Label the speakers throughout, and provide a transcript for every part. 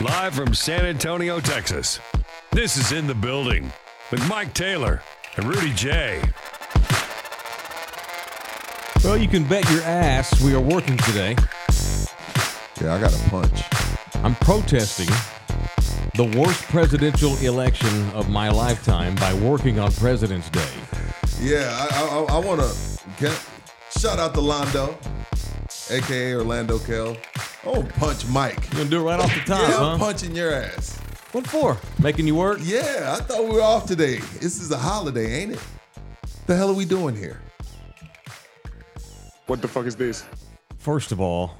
Speaker 1: Live from San Antonio, Texas, this is In the Building with Mike Taylor and Rudy J.
Speaker 2: Well, you can bet your ass we are working today.
Speaker 3: Yeah, I got a punch.
Speaker 2: I'm protesting the worst presidential election of my lifetime by working on President's Day.
Speaker 3: Yeah, I I, I want to shout out to Londo, aka Orlando Kell. Oh, punch Mike.
Speaker 2: You gonna do it right off the top,
Speaker 3: yeah,
Speaker 2: huh?
Speaker 3: I'm punching your ass.
Speaker 2: What for? Making you work?
Speaker 3: Yeah, I thought we were off today. This is a holiday, ain't it? The hell are we doing here?
Speaker 4: What the fuck is this?
Speaker 2: First of all,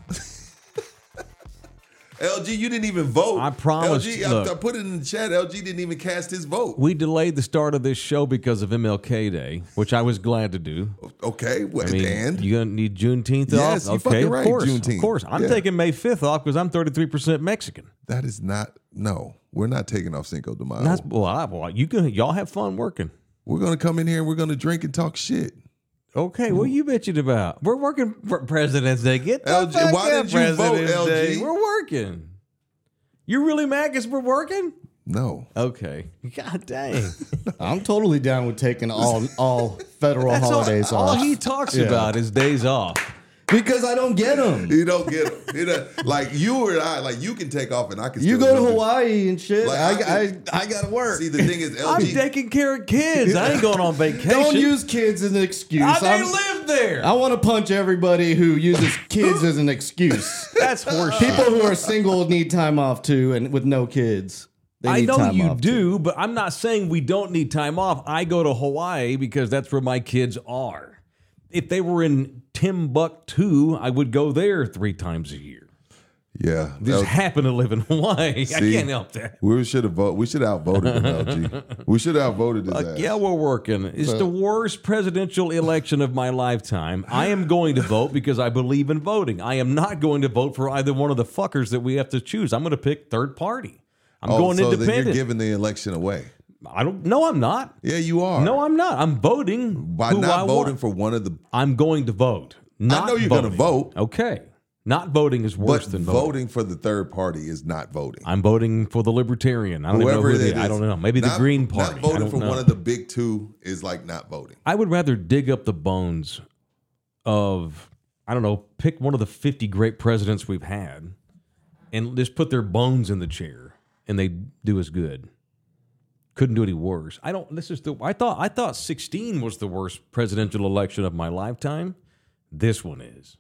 Speaker 3: LG, you didn't even vote.
Speaker 2: I promised-
Speaker 3: LG, I-
Speaker 2: look.
Speaker 3: I, put it in the chat. LG didn't even cast his vote.
Speaker 2: we delayed the start of this show because of MLK Day, which I was glad to do.
Speaker 3: Okay, what
Speaker 2: I mean,
Speaker 3: and
Speaker 2: you're gonna need Juneteenth
Speaker 3: Yes,
Speaker 2: off.
Speaker 3: you're
Speaker 2: okay,
Speaker 3: fucking
Speaker 2: of
Speaker 3: right,
Speaker 2: course, of
Speaker 3: Juneteenth.
Speaker 2: course. I'm
Speaker 3: Yeah.
Speaker 2: taking May 5th off because I'm 33% Mexican.
Speaker 3: that is not. No, we're not taking off Cinco de Mayo.
Speaker 2: That's well, I, well, you can y'all have fun working.
Speaker 3: we're gonna come in here. and We're gonna drink and talk shit.
Speaker 2: Okay, what are you bitching about? We're working for President's Day. Get the
Speaker 3: LG,
Speaker 2: fuck
Speaker 3: why
Speaker 2: out,
Speaker 3: did you vote,
Speaker 2: President's
Speaker 3: LG?
Speaker 2: Day. We're working. You really mad because we're working?
Speaker 3: No,
Speaker 2: Okay. God dang.
Speaker 5: I'm totally down with taking all all federal
Speaker 2: That's all,
Speaker 5: holidays
Speaker 2: all
Speaker 5: off
Speaker 2: he talks about is days off.
Speaker 5: because I don't get them.
Speaker 3: You don't get them. He don't- like you or I, like you can take off and I can.
Speaker 5: You
Speaker 3: still
Speaker 5: go to
Speaker 3: do it.
Speaker 5: Hawaii and shit.
Speaker 3: Like,
Speaker 5: I,
Speaker 3: I
Speaker 5: I,
Speaker 3: could-
Speaker 5: I gotta work.
Speaker 3: See, the thing is,
Speaker 2: I'm
Speaker 3: LG.
Speaker 2: taking care of kids. I ain't going on vacation.
Speaker 5: don't use kids as an excuse.
Speaker 2: I, they
Speaker 5: I'm-
Speaker 2: live there.
Speaker 5: I want to punch everybody who uses kids as an excuse.
Speaker 2: That's horseshit.
Speaker 5: People who are single need time off too, and with no kids, they
Speaker 2: I
Speaker 5: need
Speaker 2: know
Speaker 5: time
Speaker 2: you
Speaker 5: off, too.
Speaker 2: do, but I'm not saying we don't need time off. I go to Hawaii because that's where my kids are. If they were in Timbuktu, I would go there three times a year.
Speaker 3: yeah,
Speaker 2: Just
Speaker 3: LG
Speaker 2: happen to live in Hawaii. I can't help that.
Speaker 3: we should have voted. We should have outvoted him, LG. We should have outvoted his
Speaker 2: But
Speaker 3: ass.
Speaker 2: yeah, we're working. It's the worst presidential election of my lifetime. I am going to vote because I believe in voting. I am not going to vote for either one of the fuckers that we have to choose. I'm going to pick third party. I'm
Speaker 3: Oh,
Speaker 2: going
Speaker 3: so then
Speaker 2: independent.
Speaker 3: you're giving the election away.
Speaker 2: I don't. No, I'm not.
Speaker 3: Yeah, you are.
Speaker 2: No, I'm not. I'm voting
Speaker 3: by
Speaker 2: who
Speaker 3: not
Speaker 2: I
Speaker 3: voting
Speaker 2: want.
Speaker 3: for one of the.
Speaker 2: I'm going to vote. Not
Speaker 3: know you're
Speaker 2: voting.
Speaker 3: gonna vote.
Speaker 2: Okay. Not voting is worse
Speaker 3: But
Speaker 2: than
Speaker 3: voting.
Speaker 2: voting.
Speaker 3: for the third party is not voting.
Speaker 2: I'm voting for the Libertarian. I don't even
Speaker 3: Whoever
Speaker 2: know who
Speaker 3: it
Speaker 2: they,
Speaker 3: is,
Speaker 2: I don't know. Maybe the
Speaker 3: Not-
Speaker 2: Green Party.
Speaker 3: Not
Speaker 2: I
Speaker 3: voting
Speaker 2: don't
Speaker 3: for
Speaker 2: know.
Speaker 3: one of the big two is like not voting.
Speaker 2: I would rather dig up the bones of I don't know. Pick one of the 50 great presidents we've had, and just put their bones in the chair, and they do us good. Couldn't do any worse. I don't. This is the. I thought. I thought 16 was the worst presidential election of my lifetime. This one is.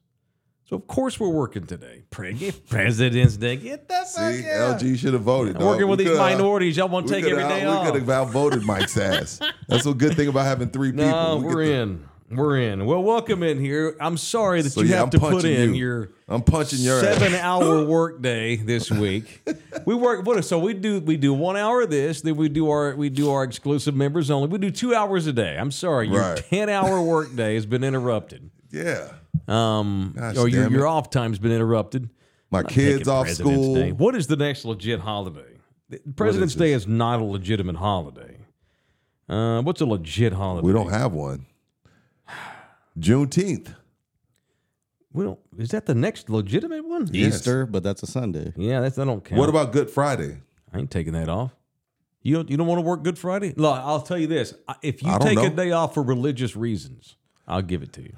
Speaker 2: So of course we're working today. Pre- get President's Day. Get the
Speaker 3: See,
Speaker 2: fuck out.
Speaker 3: LG should have voted. dog.
Speaker 2: Working
Speaker 3: We
Speaker 2: with these
Speaker 3: coulda-
Speaker 2: minorities, y'all won't
Speaker 3: we
Speaker 2: take
Speaker 3: coulda
Speaker 2: every day
Speaker 3: out-
Speaker 2: off.
Speaker 3: We could have outvoted Mike's ass. That's a good thing about having three people.
Speaker 2: No,
Speaker 3: We get
Speaker 2: we're
Speaker 3: the-
Speaker 2: in. We're in. Well, welcome in here. I'm sorry that
Speaker 3: So,
Speaker 2: you
Speaker 3: yeah,
Speaker 2: have
Speaker 3: I'm
Speaker 2: to put
Speaker 3: punching
Speaker 2: in
Speaker 3: you.
Speaker 2: your
Speaker 3: I'm punching your ass.
Speaker 2: seven-hour workday this week. we work. What? So we do. We do one hour of this. Then we do our. We do our exclusive members only. We do two hours a day. I'm sorry, your
Speaker 3: Right.
Speaker 2: ten-hour workday has been interrupted.
Speaker 3: Yeah.
Speaker 2: Um,
Speaker 3: Gosh
Speaker 2: or your
Speaker 3: damn it.
Speaker 2: your off time's been interrupted.
Speaker 3: My kids
Speaker 2: Taking
Speaker 3: off
Speaker 2: President's
Speaker 3: school.
Speaker 2: Day. What is the next legit holiday? The- President's Day is not a legitimate holiday. Uh, what's a legit holiday?
Speaker 3: We don't have one. Juneteenth.
Speaker 2: We don't. Is that the next legitimate one?
Speaker 3: Yes.
Speaker 5: Easter, but that's a Sunday.
Speaker 2: Yeah, that's I don't count.
Speaker 3: What about Good Friday?
Speaker 2: I ain't taking that off. You don't. You don't want to work Good Friday? Look, I'll tell you this: I- if you
Speaker 3: I don't
Speaker 2: take a
Speaker 3: know.
Speaker 2: day off for religious reasons, I'll give it to you.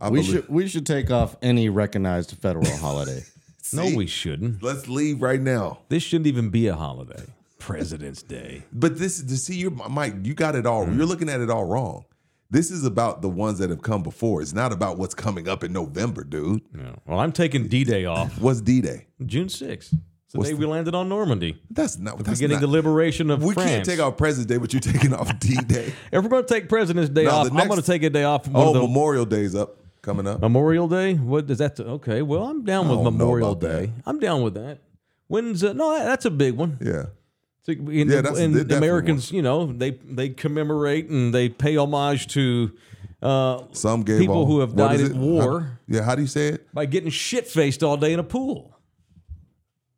Speaker 3: I
Speaker 5: We
Speaker 3: believe-
Speaker 5: should we should take off any recognized federal holiday.
Speaker 2: No,
Speaker 3: See?
Speaker 2: we shouldn't.
Speaker 3: Let's leave right now.
Speaker 2: This shouldn't even be a holiday. President's Day.
Speaker 3: But this is to see your Mike. You got it
Speaker 2: Mm-hmm.
Speaker 3: all. You're looking at it all wrong. This is about the ones that have come before. It's not about what's coming up in November, dude.
Speaker 2: No. Well, I'm taking D-Day off
Speaker 3: What's D Day?
Speaker 2: June 6th. It's the day we landed on Normandy,
Speaker 3: That's not. The that's
Speaker 2: beginning
Speaker 3: not-
Speaker 2: the liberation of
Speaker 3: We
Speaker 2: France.
Speaker 3: can't take off President's Day, but you're taking off D Day.
Speaker 2: If we're going to take President's Day
Speaker 3: No,
Speaker 2: off,
Speaker 3: the
Speaker 2: I'm
Speaker 3: next-
Speaker 2: going to take a day off. from one
Speaker 3: Oh,
Speaker 2: of the
Speaker 3: Memorial Day's up coming up.
Speaker 2: Memorial Day? What does that? Okay, well, I'm down with
Speaker 3: I don't know
Speaker 2: Memorial
Speaker 3: about that.
Speaker 2: Day. I'm down with that. When's uh, no? that- That's a big one.
Speaker 3: yeah,
Speaker 2: So, and
Speaker 3: Yeah, that's-
Speaker 2: and
Speaker 3: that's definitely
Speaker 2: Americans, you know, they they commemorate and they pay homage to uh,
Speaker 3: some gave
Speaker 2: people
Speaker 3: all-
Speaker 2: who have
Speaker 3: what
Speaker 2: died
Speaker 3: is
Speaker 2: at
Speaker 3: it? How-
Speaker 2: war
Speaker 3: yeah, how do you say it?
Speaker 2: by getting shit faced all day in a pool.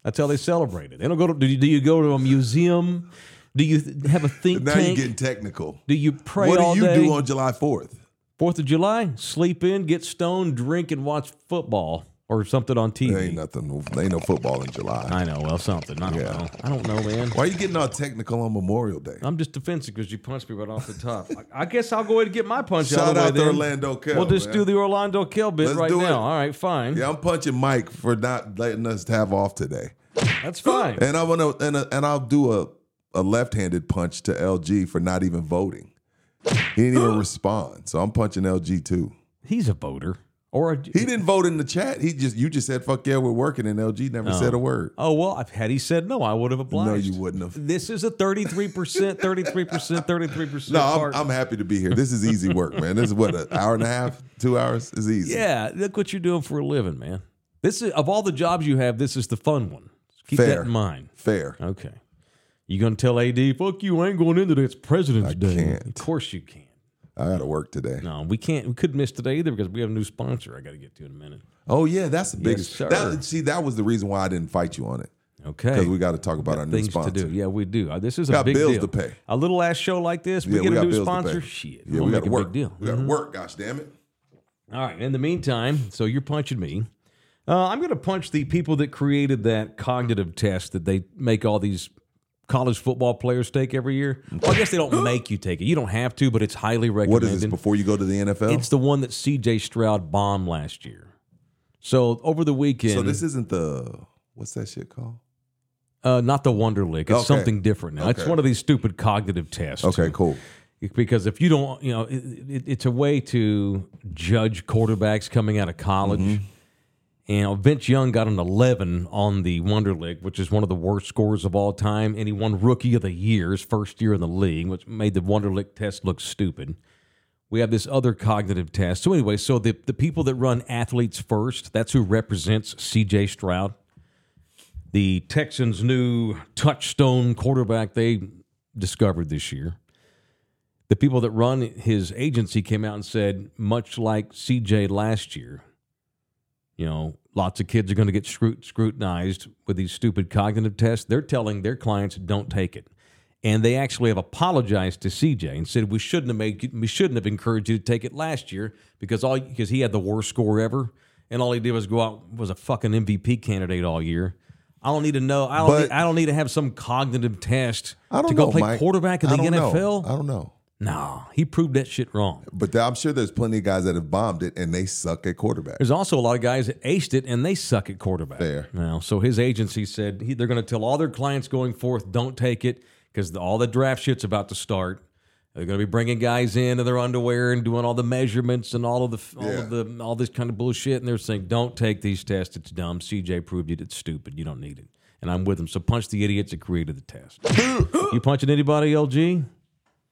Speaker 2: That's how they celebrate it. They don't go to. Do you, do you go to a museum? Do you th- have a think
Speaker 3: Now you're
Speaker 2: tank?
Speaker 3: getting technical.
Speaker 2: do you pray
Speaker 3: what
Speaker 2: all
Speaker 3: do you
Speaker 2: day?
Speaker 3: do on July 4th?
Speaker 2: Fourth of July, sleep in, get stoned, drink, and watch football or something on
Speaker 3: There
Speaker 2: TV.
Speaker 3: ain't nothing. There ain't no football in July.
Speaker 2: I know. Well, something. I don't
Speaker 3: Yeah.
Speaker 2: know. I don't know, man.
Speaker 3: Why are you getting all technical on Memorial Day?
Speaker 2: I'm just defensive because you punched me right off the top. I- I guess I'll go ahead and get my punch
Speaker 3: Shout
Speaker 2: out of the way
Speaker 3: out to
Speaker 2: then.
Speaker 3: Orlando Kell,
Speaker 2: We'll just
Speaker 3: man.
Speaker 2: do the Orlando Kell bit
Speaker 3: Let's
Speaker 2: right
Speaker 3: do
Speaker 2: now.
Speaker 3: it.
Speaker 2: All right, fine.
Speaker 3: Yeah, I'm punching Mike for not letting us have off today.
Speaker 2: That's fine.
Speaker 3: And I want to, and, uh, and I'll do a, a left-handed punch to LG for not even voting. He didn't even respond, so I'm punching LG too.
Speaker 2: He's a voter. Or a,
Speaker 3: He didn't vote in the chat. He just, you just said "fuck yeah, we're working," and LG never said a word.
Speaker 2: Oh well, I've had he said no, I would have obliged.
Speaker 3: No, you wouldn't have.
Speaker 2: This is a thirty-three percent, thirty-three percent, thirty-three percent.
Speaker 3: No, I'm, I'm happy to be here. This is easy work, man. This is what an hour and a half, two hours is easy.
Speaker 2: yeah. Look what you're doing for a living, man. This is of all the jobs you have, this is the fun one. Keep that
Speaker 3: Fair.
Speaker 2: in mind.
Speaker 3: fair.
Speaker 2: Okay, you gonna tell AD, fuck you, I ain't going into today. It's President's Day.
Speaker 3: can't.
Speaker 2: Of course you can.
Speaker 3: I got to work today.
Speaker 2: No, we can't. We could miss today either because we have a new sponsor. I got to get to in a minute.
Speaker 3: Oh yeah, that's the biggest.
Speaker 2: sir.
Speaker 3: that, see, that was the reason why I didn't fight you on it
Speaker 2: Okay.
Speaker 3: because we got to talk about our new
Speaker 2: Things
Speaker 3: sponsor.
Speaker 2: to do. Yeah, we do. Uh, This is a
Speaker 3: Got
Speaker 2: big
Speaker 3: bills
Speaker 2: deal.
Speaker 3: to pay.
Speaker 2: A little ass show like this, we
Speaker 3: Yeah,
Speaker 2: get a new
Speaker 3: bills to
Speaker 2: sponsor.
Speaker 3: pay.
Speaker 2: Shit,
Speaker 3: Yeah,
Speaker 2: we'll
Speaker 3: we
Speaker 2: make
Speaker 3: got to
Speaker 2: a
Speaker 3: work.
Speaker 2: big deal. Mm-hmm.
Speaker 3: We got to work. Gosh damn it.
Speaker 2: All right. In the meantime, so you're punching me. Uh, I'm going to punch the people that created that cognitive test that they make all these college football players take every year. Well, I guess they don't make you take it. You don't have to, but it's highly
Speaker 3: What
Speaker 2: recommended.
Speaker 3: is this before you go to the NFL?
Speaker 2: It's the one that C.J. Stroud bombed last year. So over the weekend,
Speaker 3: so this isn't the what's that shit called?
Speaker 2: uh, not the Wonder Lick. It's
Speaker 3: Okay.
Speaker 2: something different now. It's
Speaker 3: Okay.
Speaker 2: one of these stupid cognitive tests.
Speaker 3: Okay, cool.
Speaker 2: because if you don't, you know, it, it, it's a way to judge quarterbacks coming out of college. And Vince Young got an 11 on the Wonder League, which is one of the worst scores of all time. And he won Rookie of the Year his first year in the league, which made the Wonder League test look stupid. We have this other cognitive test. So, anyway, so the, the people that run athletes first, that's who represents CJ Stroud the Texans' new touchstone quarterback they discovered this year. The people that run his agency came out and said, much like CJ last year, you know, lots of kids are going to get scrut- scrutinized with these stupid cognitive tests. They're telling their clients, don't take it. And they actually have apologized to CJ and said we shouldn't have made you- we shouldn't have encouraged you to take it last year because all because he had the worst score ever and all he did was go out was a fucking MVP candidate all year. I don't need to know. I don't.
Speaker 3: But-
Speaker 2: need, I don't need to have some cognitive test
Speaker 3: I don't
Speaker 2: to go
Speaker 3: know,
Speaker 2: play
Speaker 3: Mike.
Speaker 2: quarterback in
Speaker 3: I
Speaker 2: the
Speaker 3: don't know.
Speaker 2: NFL.
Speaker 3: I don't know.
Speaker 2: No, he proved that shit wrong.
Speaker 3: But there- I'm sure there's plenty of guys that have bombed it and they suck at quarterback.
Speaker 2: There's also a lot of guys that aced it and they suck at quarterback.
Speaker 3: Fair.
Speaker 2: Now, so his agency said he, they're going to tell all their clients going forth, don't take it because all the draft shit's about to start. They're going to be bringing guys in in their underwear and doing all the measurements and all of the all of
Speaker 3: Yeah.
Speaker 2: the all this kind of bullshit. And they're saying, don't take these tests. It's dumb. CJ proved it. It's stupid. You don't need it. And I'm with him. So punch the idiots that created the test. you punching anybody, LG?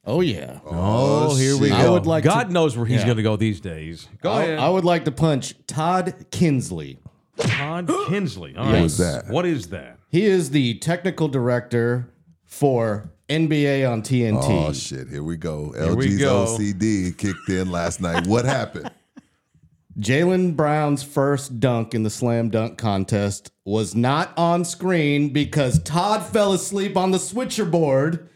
Speaker 5: Oh yeah.
Speaker 3: Oh,
Speaker 2: here we
Speaker 3: shit.
Speaker 2: go.
Speaker 5: I would like to-
Speaker 2: God knows where he's going to go these days. Go
Speaker 5: I, I would like to punch Todd Kinsley.
Speaker 2: Todd Kinsley. All right.
Speaker 5: What is
Speaker 3: that?
Speaker 2: What is that?
Speaker 5: He is the technical director for NBA on TNT.
Speaker 3: Oh shit, here we go. LG's
Speaker 2: we go.
Speaker 3: OCD kicked in last night. What happened?
Speaker 5: Jalen Brown's first dunk in the slam dunk contest was not on screen because Todd fell asleep on the switcher board.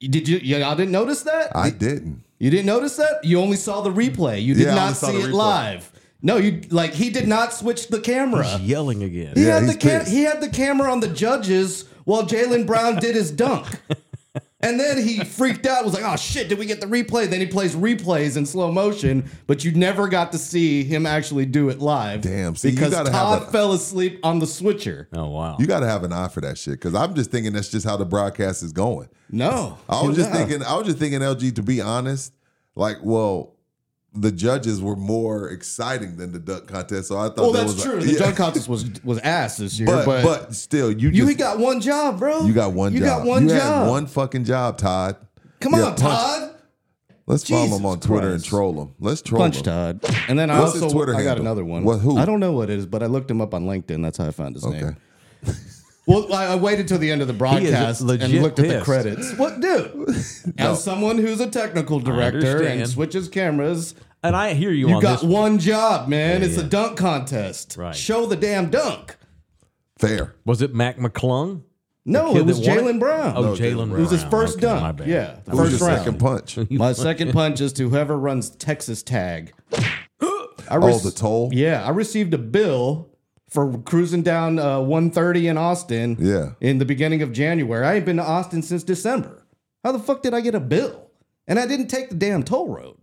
Speaker 5: Did you y'all didn't notice that?
Speaker 3: I didn't.
Speaker 5: You didn't notice that? You only saw the replay. You did
Speaker 3: Yeah, I only
Speaker 5: not
Speaker 3: saw
Speaker 5: see
Speaker 3: the
Speaker 5: it
Speaker 3: replay.
Speaker 5: live. No, you like he did not switch the camera.
Speaker 2: Yelling again.
Speaker 5: He
Speaker 3: Yeah,
Speaker 5: had the
Speaker 3: he's
Speaker 5: cam-
Speaker 3: pissed.
Speaker 5: he had the camera on the judges while Jalen Brown did his dunk. And then he freaked out, was like, oh shit, did we get the replay? Then he plays replays in slow motion, but you never got to see him actually do it live.
Speaker 3: Damn, see, you
Speaker 5: because
Speaker 3: gotta have
Speaker 5: Todd
Speaker 3: a-
Speaker 5: fell asleep on the switcher.
Speaker 2: Oh wow.
Speaker 3: You got to have an eye for that shit because I'm just thinking that's just how the broadcast is going.
Speaker 5: No.
Speaker 3: I was just
Speaker 5: Yeah.
Speaker 3: thinking. I was just thinking. LG, to be honest, like, well, the judges were more exciting than the dunk contest, so I thought.
Speaker 5: Well,
Speaker 3: that
Speaker 5: that's
Speaker 3: was
Speaker 5: true.
Speaker 3: A,
Speaker 5: the
Speaker 3: uh, yeah.
Speaker 5: dunk contest was was ass this year,
Speaker 3: but,
Speaker 5: but,
Speaker 3: but still, you
Speaker 5: you
Speaker 3: just,
Speaker 5: got one job, bro.
Speaker 3: you got one.
Speaker 5: You
Speaker 3: job.
Speaker 5: got one
Speaker 3: You had
Speaker 5: job.
Speaker 3: one fucking job, Todd.
Speaker 5: Come
Speaker 3: Yeah,
Speaker 5: on,
Speaker 3: punch-
Speaker 5: Todd.
Speaker 3: Let's follow
Speaker 5: Jesus
Speaker 3: him on Twitter and
Speaker 5: Christ.
Speaker 3: troll him. Let's troll
Speaker 5: Punch
Speaker 3: him.
Speaker 5: Todd. And then I
Speaker 3: What's his
Speaker 5: also
Speaker 3: Twitter
Speaker 5: I got
Speaker 3: handle?
Speaker 5: another one.
Speaker 3: What- who?
Speaker 5: I don't know what it is, but I looked him up on LinkedIn. That's how I found his
Speaker 3: Okay.
Speaker 5: name. Well, I, I waited till the end of the broadcast and
Speaker 2: legit
Speaker 5: looked at the
Speaker 2: pissed.
Speaker 5: credits. What, dude? As someone who's a technical director
Speaker 2: understand.
Speaker 5: and switches cameras,
Speaker 2: and I hear you,
Speaker 5: you
Speaker 2: on
Speaker 5: got
Speaker 2: this.
Speaker 5: one job, man. it's
Speaker 2: yeah.
Speaker 5: a dunk contest.
Speaker 2: Right.
Speaker 5: Show the damn dunk.
Speaker 3: Fair.
Speaker 2: Was it Mac McClung?
Speaker 5: No,
Speaker 2: Kid
Speaker 5: it was
Speaker 2: that won
Speaker 5: Jalen Brown.
Speaker 2: Oh,
Speaker 3: No,
Speaker 2: Jalen.
Speaker 3: Jalen
Speaker 2: Brown.
Speaker 3: Brown.
Speaker 5: it was his first
Speaker 2: Okay, my
Speaker 5: dunk.
Speaker 2: bad.
Speaker 5: Yeah, the
Speaker 3: Who was
Speaker 5: first
Speaker 3: your
Speaker 5: round.
Speaker 3: second punch?
Speaker 5: My second punch is to whoever runs Texas tag. I
Speaker 3: All
Speaker 5: rec-
Speaker 3: Oh, the toll.
Speaker 5: Yeah, I received a bill for cruising down uh, 130 in Austin.
Speaker 3: Yeah.
Speaker 5: in the beginning of January. I ain't been to Austin since December. How the fuck did I get a bill? And I didn't take the damn toll road.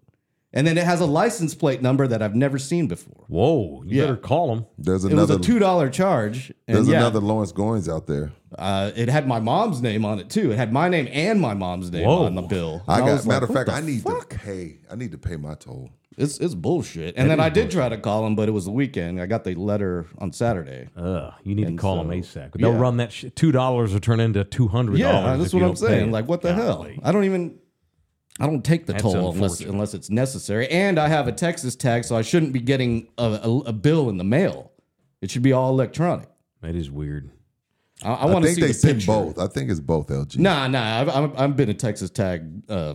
Speaker 5: And then it has a license plate number that I've never seen before.
Speaker 2: Whoa, you
Speaker 5: Yeah.
Speaker 2: better call him.
Speaker 3: There's
Speaker 5: It was
Speaker 3: another.
Speaker 5: a two dollar charge. And
Speaker 3: there's
Speaker 5: yeah,
Speaker 3: another Lawrence Goins out there.
Speaker 5: uh, it had my mom's name on it too. It had my name and my mom's name
Speaker 2: Whoa.
Speaker 5: on the bill.
Speaker 3: I
Speaker 5: And
Speaker 3: got.
Speaker 5: was like,
Speaker 3: matter of
Speaker 5: what
Speaker 3: fact,
Speaker 5: the
Speaker 3: I need
Speaker 5: fuck?
Speaker 3: to pay. I need to pay my toll.
Speaker 5: It's it's bullshit. And then I did try to call him, but it was the weekend. I got the letter on Saturday.
Speaker 2: Uh, you need
Speaker 5: And
Speaker 2: to call him
Speaker 5: so-
Speaker 2: ASAC. They'll
Speaker 5: yeah.
Speaker 2: run that sh- two dollars will turn into two hundred.
Speaker 5: Yeah, that's what I'm saying. Like, what the hell? I don't even. I don't take the
Speaker 2: That's
Speaker 5: toll unless
Speaker 2: unfortunate.
Speaker 5: unless it's necessary, and I have a Texas tag, so I shouldn't be getting a, a, a bill in the mail. It should be all electronic.
Speaker 2: That is weird.
Speaker 5: I, I
Speaker 3: I,
Speaker 5: want to
Speaker 3: think
Speaker 5: see
Speaker 3: they
Speaker 5: the
Speaker 3: send
Speaker 5: picture.
Speaker 3: both. I think it's both LG.
Speaker 5: Nah, nah. I've I'm, I've been a Texas tag uh,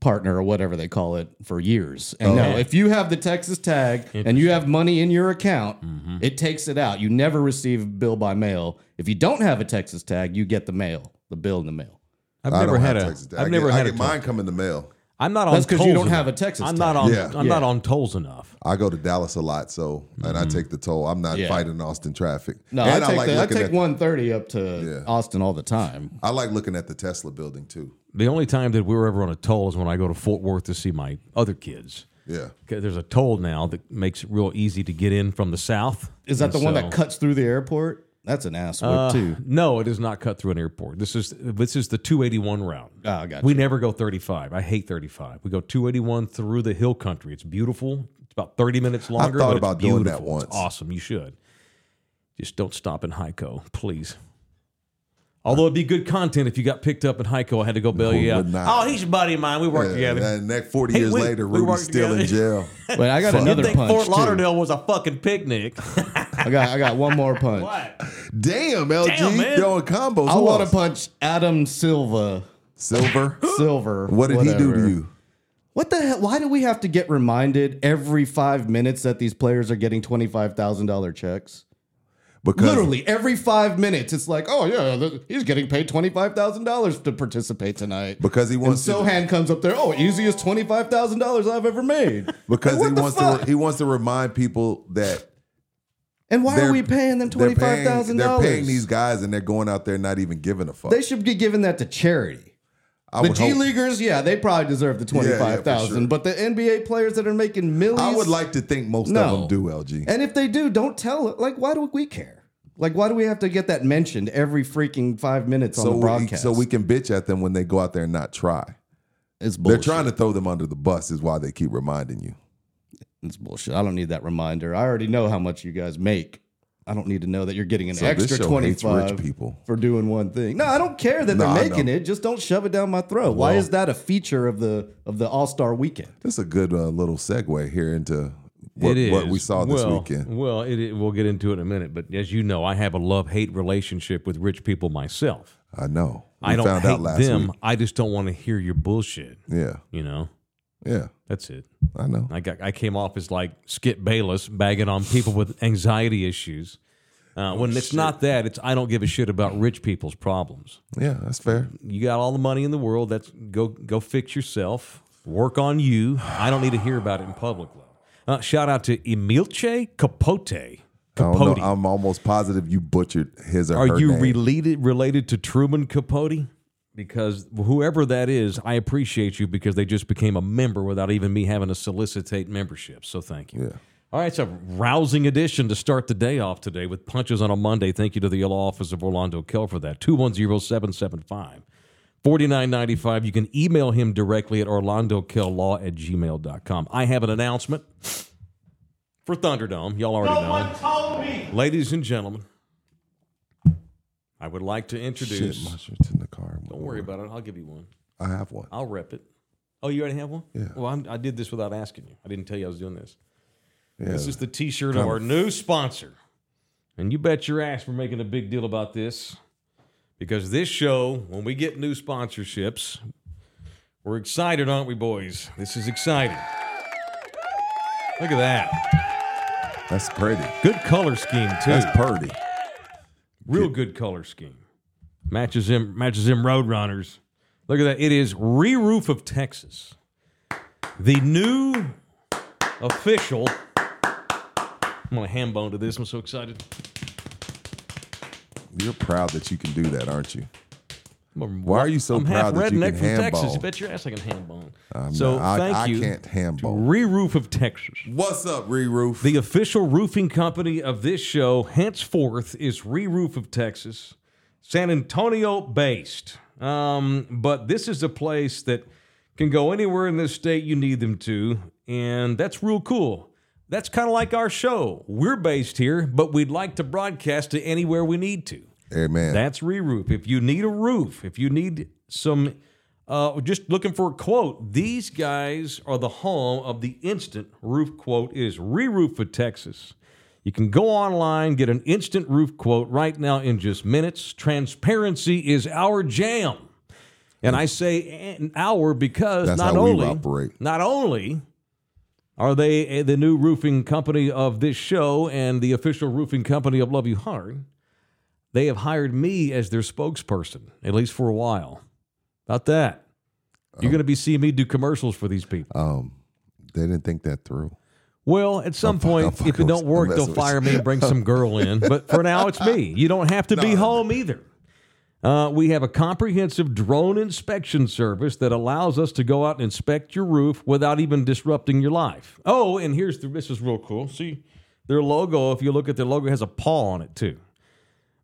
Speaker 5: partner or whatever they call it for years. And no, if you have the Texas tag and you have money in your account, it takes it out. You never receive bill by mail. If you don't have a Texas tag, you get the mail, the bill in the mail.
Speaker 2: I've
Speaker 3: I
Speaker 2: never
Speaker 3: don't
Speaker 2: had
Speaker 3: have
Speaker 2: a.
Speaker 3: Texas. I
Speaker 2: have never
Speaker 3: get,
Speaker 2: had
Speaker 3: I
Speaker 2: a.
Speaker 3: get
Speaker 2: toll.
Speaker 3: mine come in the mail.
Speaker 2: I'm not on.
Speaker 5: That's 'cause you
Speaker 2: tolls
Speaker 5: don't
Speaker 2: enough.
Speaker 5: have a Texas
Speaker 2: I'm
Speaker 5: tag.
Speaker 2: not on.
Speaker 3: Yeah.
Speaker 2: I'm not on tolls enough.
Speaker 3: I go to Dallas a lot, so and I take the toll. I'm not
Speaker 5: Mm-hmm. Yeah.
Speaker 3: fighting Austin traffic.
Speaker 5: No,
Speaker 3: and
Speaker 5: I take, the, I
Speaker 3: looking
Speaker 5: take
Speaker 3: at,
Speaker 5: 130 up to
Speaker 3: Yeah.
Speaker 5: Austin all the time.
Speaker 3: I like looking at the Tesla building too.
Speaker 2: The only time that we were ever on a toll is when I go to Fort Worth to see my other kids.
Speaker 3: Yeah,
Speaker 2: 'Cause There's a toll now that makes it real easy to get in from the south.
Speaker 5: Is that
Speaker 2: And
Speaker 5: the one
Speaker 2: so-
Speaker 5: that cuts through the airport? That's an ass whip
Speaker 2: Uh,
Speaker 5: too.
Speaker 2: No, it is not cut through an airport. This is this is the 281 route.
Speaker 5: Ah, gotcha.
Speaker 2: We never go 35. I hate 35. We go 281 through the hill country. It's beautiful. It's about 30 minutes longer.
Speaker 3: thought
Speaker 2: but
Speaker 3: about
Speaker 2: it's
Speaker 3: doing
Speaker 2: beautiful.
Speaker 3: that once.
Speaker 2: It's awesome. You should. Just don't stop in Heiko, please. Although it'd be good content if you got picked up in Heiko, I had to go bail
Speaker 3: No,
Speaker 2: you
Speaker 3: it
Speaker 2: out.
Speaker 3: would
Speaker 2: Oh,
Speaker 3: not.
Speaker 2: he's a buddy of mine. We worked
Speaker 3: yeah.
Speaker 2: together.
Speaker 3: And that 40
Speaker 2: Hey,
Speaker 3: years
Speaker 2: we-
Speaker 3: later,
Speaker 2: we
Speaker 3: Rudy's
Speaker 2: worked
Speaker 3: still in
Speaker 2: together.
Speaker 3: jail.
Speaker 5: Wait, I got
Speaker 2: You
Speaker 5: another
Speaker 2: think
Speaker 5: punch
Speaker 2: Fort
Speaker 5: too.
Speaker 2: Lauderdale was a fucking picnic?
Speaker 5: I got I got one more punch.
Speaker 2: what?
Speaker 3: Damn, LG
Speaker 2: Damn, man.
Speaker 3: doing combos.
Speaker 5: I
Speaker 3: Who
Speaker 5: want to
Speaker 3: else?
Speaker 5: punch Adam Silva.
Speaker 3: silver.
Speaker 5: Silver.
Speaker 3: What did he do
Speaker 5: whatever.
Speaker 3: to you?
Speaker 5: What the hell? Why do we have to get reminded every five minutes that these players are getting twenty five thousand dollar checks?
Speaker 3: Because
Speaker 5: Literally every five minutes, it's like, oh yeah, th- he's getting paid twenty five thousand dollars to participate tonight.
Speaker 3: because he
Speaker 5: And
Speaker 3: wants to
Speaker 5: Sohan comes up there. Oh, easiest twenty five thousand dollars I've ever made.
Speaker 3: because
Speaker 5: What
Speaker 3: he
Speaker 5: the
Speaker 3: wants
Speaker 5: fuck?
Speaker 3: to he wants to remind people that
Speaker 5: and why are
Speaker 3: they're-
Speaker 5: we paying them
Speaker 3: they're
Speaker 5: twenty
Speaker 3: paying-
Speaker 5: five thousand dollars?
Speaker 3: They're paying these guys and they're going out there not even giving a fuck.
Speaker 5: They should be giving that to charity.
Speaker 3: I
Speaker 5: The
Speaker 3: would
Speaker 5: G
Speaker 3: hope-
Speaker 5: leaguers, yeah, they probably deserve the
Speaker 3: yeah,
Speaker 5: twenty
Speaker 3: for
Speaker 5: five thousand.
Speaker 3: sure.
Speaker 5: But the NBA players that are making millions,
Speaker 3: I would like to think most
Speaker 5: No.
Speaker 3: of them do LG.
Speaker 5: And if they do, don't tell it. Like, why do we care? Like, why do we have to get that mentioned every freaking five minutes
Speaker 3: so
Speaker 5: on the
Speaker 3: we,
Speaker 5: broadcast?
Speaker 3: so we can bitch at them when they go out there and not try.
Speaker 5: it's
Speaker 3: They're
Speaker 5: bullshit.
Speaker 3: trying to throw them under the bus is why they keep reminding you.
Speaker 5: It's bullshit. I don't need that reminder. I already know how much you guys make. I don't need to know that you're getting an
Speaker 3: So
Speaker 5: extra
Speaker 3: this show
Speaker 5: twenty
Speaker 3: hates rich
Speaker 5: five
Speaker 3: people.
Speaker 5: for doing one thing. No, I don't care that
Speaker 3: No, I
Speaker 5: they're making
Speaker 3: know.
Speaker 5: it. Just don't shove it down my throat. why is that a feature of the of the All Star Weekend?
Speaker 3: That's a good uh, little segue here into what,
Speaker 2: It
Speaker 3: what
Speaker 2: is.
Speaker 3: we saw this
Speaker 2: Well-
Speaker 3: weekend.
Speaker 2: Well, it, it- we'll get into it in a minute, but as you know, I have a love hate relationship with rich people myself.
Speaker 3: I know.
Speaker 2: I
Speaker 3: We
Speaker 2: don't
Speaker 3: found
Speaker 2: hate
Speaker 3: out last
Speaker 2: them.
Speaker 3: week.
Speaker 2: I just don't want to hear your bullshit.
Speaker 3: Yeah,
Speaker 2: You know,
Speaker 3: yeah,
Speaker 2: that's it.
Speaker 3: I know.
Speaker 2: I got I came off as like Skip Bayless bagging on people with anxiety issues. Uh,
Speaker 3: Oh,
Speaker 2: when it's not that, it's I don't give a shit about rich people's problems.
Speaker 3: Yeah, that's fair.
Speaker 2: You got all the money in the world. That's go go fix yourself. Work on you. I don't need to hear about it in public. though. Uh, shout out to Emilce Capote.
Speaker 3: I
Speaker 2: Capote.
Speaker 3: don't know. I'm almost positive you butchered his or
Speaker 2: Are
Speaker 3: her
Speaker 2: you
Speaker 3: name.
Speaker 2: related related to Truman Capote? Because whoever that is, I appreciate you because they just became a member without even me having to solicitate membership. So thank you.
Speaker 3: Yeah.
Speaker 2: All right, it's a rousing edition to start the day off today with punches on a Monday. Thank you to the law office of Orlando Kell for that. 210 775 4995. You can email him directly at orlandokelllaw at gmail.com. I have an announcement for Thunderdome. Y'all already know. Ladies and gentlemen, I would like to
Speaker 3: Shit,
Speaker 2: introduce.
Speaker 3: my shirt's in the car.
Speaker 2: don't worry Uh, about it. I'll give you one.
Speaker 3: I have one.
Speaker 2: I'll rep it. Oh, you already have one?
Speaker 3: Yeah.
Speaker 2: Well, I'm, I did this without asking you. I didn't tell you I was doing this.
Speaker 3: Yeah.
Speaker 2: This is the t shirt of
Speaker 3: Kind
Speaker 2: our
Speaker 3: of.
Speaker 2: new sponsor. And you bet your ass we're making a big deal about this because this show, when we get new sponsorships, we're excited, aren't we, boys? This is exciting. Look at that.
Speaker 3: That's pretty.
Speaker 2: Good color scheme, too.
Speaker 3: That's purdy.
Speaker 2: Real good color scheme. Matches him matches him Roadrunners. Look at that. It is re-roof of Texas. The new official I'm gonna ham bone to this. I'm so excited.
Speaker 3: You're proud that you can do that, aren't you?
Speaker 2: I'm
Speaker 3: Why are you so
Speaker 2: I'm half
Speaker 3: proud that you
Speaker 2: redneck
Speaker 3: can
Speaker 2: from
Speaker 3: ham
Speaker 2: Texas.
Speaker 3: bone?
Speaker 2: Bet your ass I can ham bone.
Speaker 3: I'm
Speaker 2: so
Speaker 3: not- I,
Speaker 2: thank
Speaker 3: I
Speaker 2: you.
Speaker 3: can't ham bone.
Speaker 2: Re-roof of Texas.
Speaker 3: What's up, Reroof?
Speaker 2: The official roofing company of this show, henceforth, is Re-Roof of Texas, San Antonio based. Um, but this is a place that can go anywhere in this state you need them to, and that's real cool. That's kind of like our show. We're based here, but we'd like to broadcast to anywhere we need to.
Speaker 3: hey man,
Speaker 2: That's re-roof. If you need a roof, if you need some, uh, just looking for a quote, these guys are the home of the instant roof quote. It is re-roof for Texas. You can go online, get an instant roof quote right now in just minutes. Transparency is our jam. And I say an hour because
Speaker 3: That's
Speaker 2: not
Speaker 3: how we
Speaker 2: only
Speaker 3: operate.
Speaker 2: not only are they uh, the new roofing company of this show and the official roofing company of Love You Hard, they have hired me as their spokesperson, at least for a while. About that.
Speaker 3: Oh.
Speaker 2: You're going to be seeing me do commercials for these people.
Speaker 3: um, they didn't think that through.
Speaker 2: Well, at some
Speaker 3: I'm
Speaker 2: point,
Speaker 3: fucking
Speaker 2: if it don't
Speaker 3: with-
Speaker 2: work,
Speaker 3: I'm
Speaker 2: they'll
Speaker 3: messing with
Speaker 2: fire me and bring some girl in. But for now, it's me. You don't have to be home either. Uh, we have a comprehensive drone inspection service that allows us to go out and inspect your roof without even disrupting your life. Oh, and here's the this is real cool. See, their logo, if you look at their logo, has a paw on it too.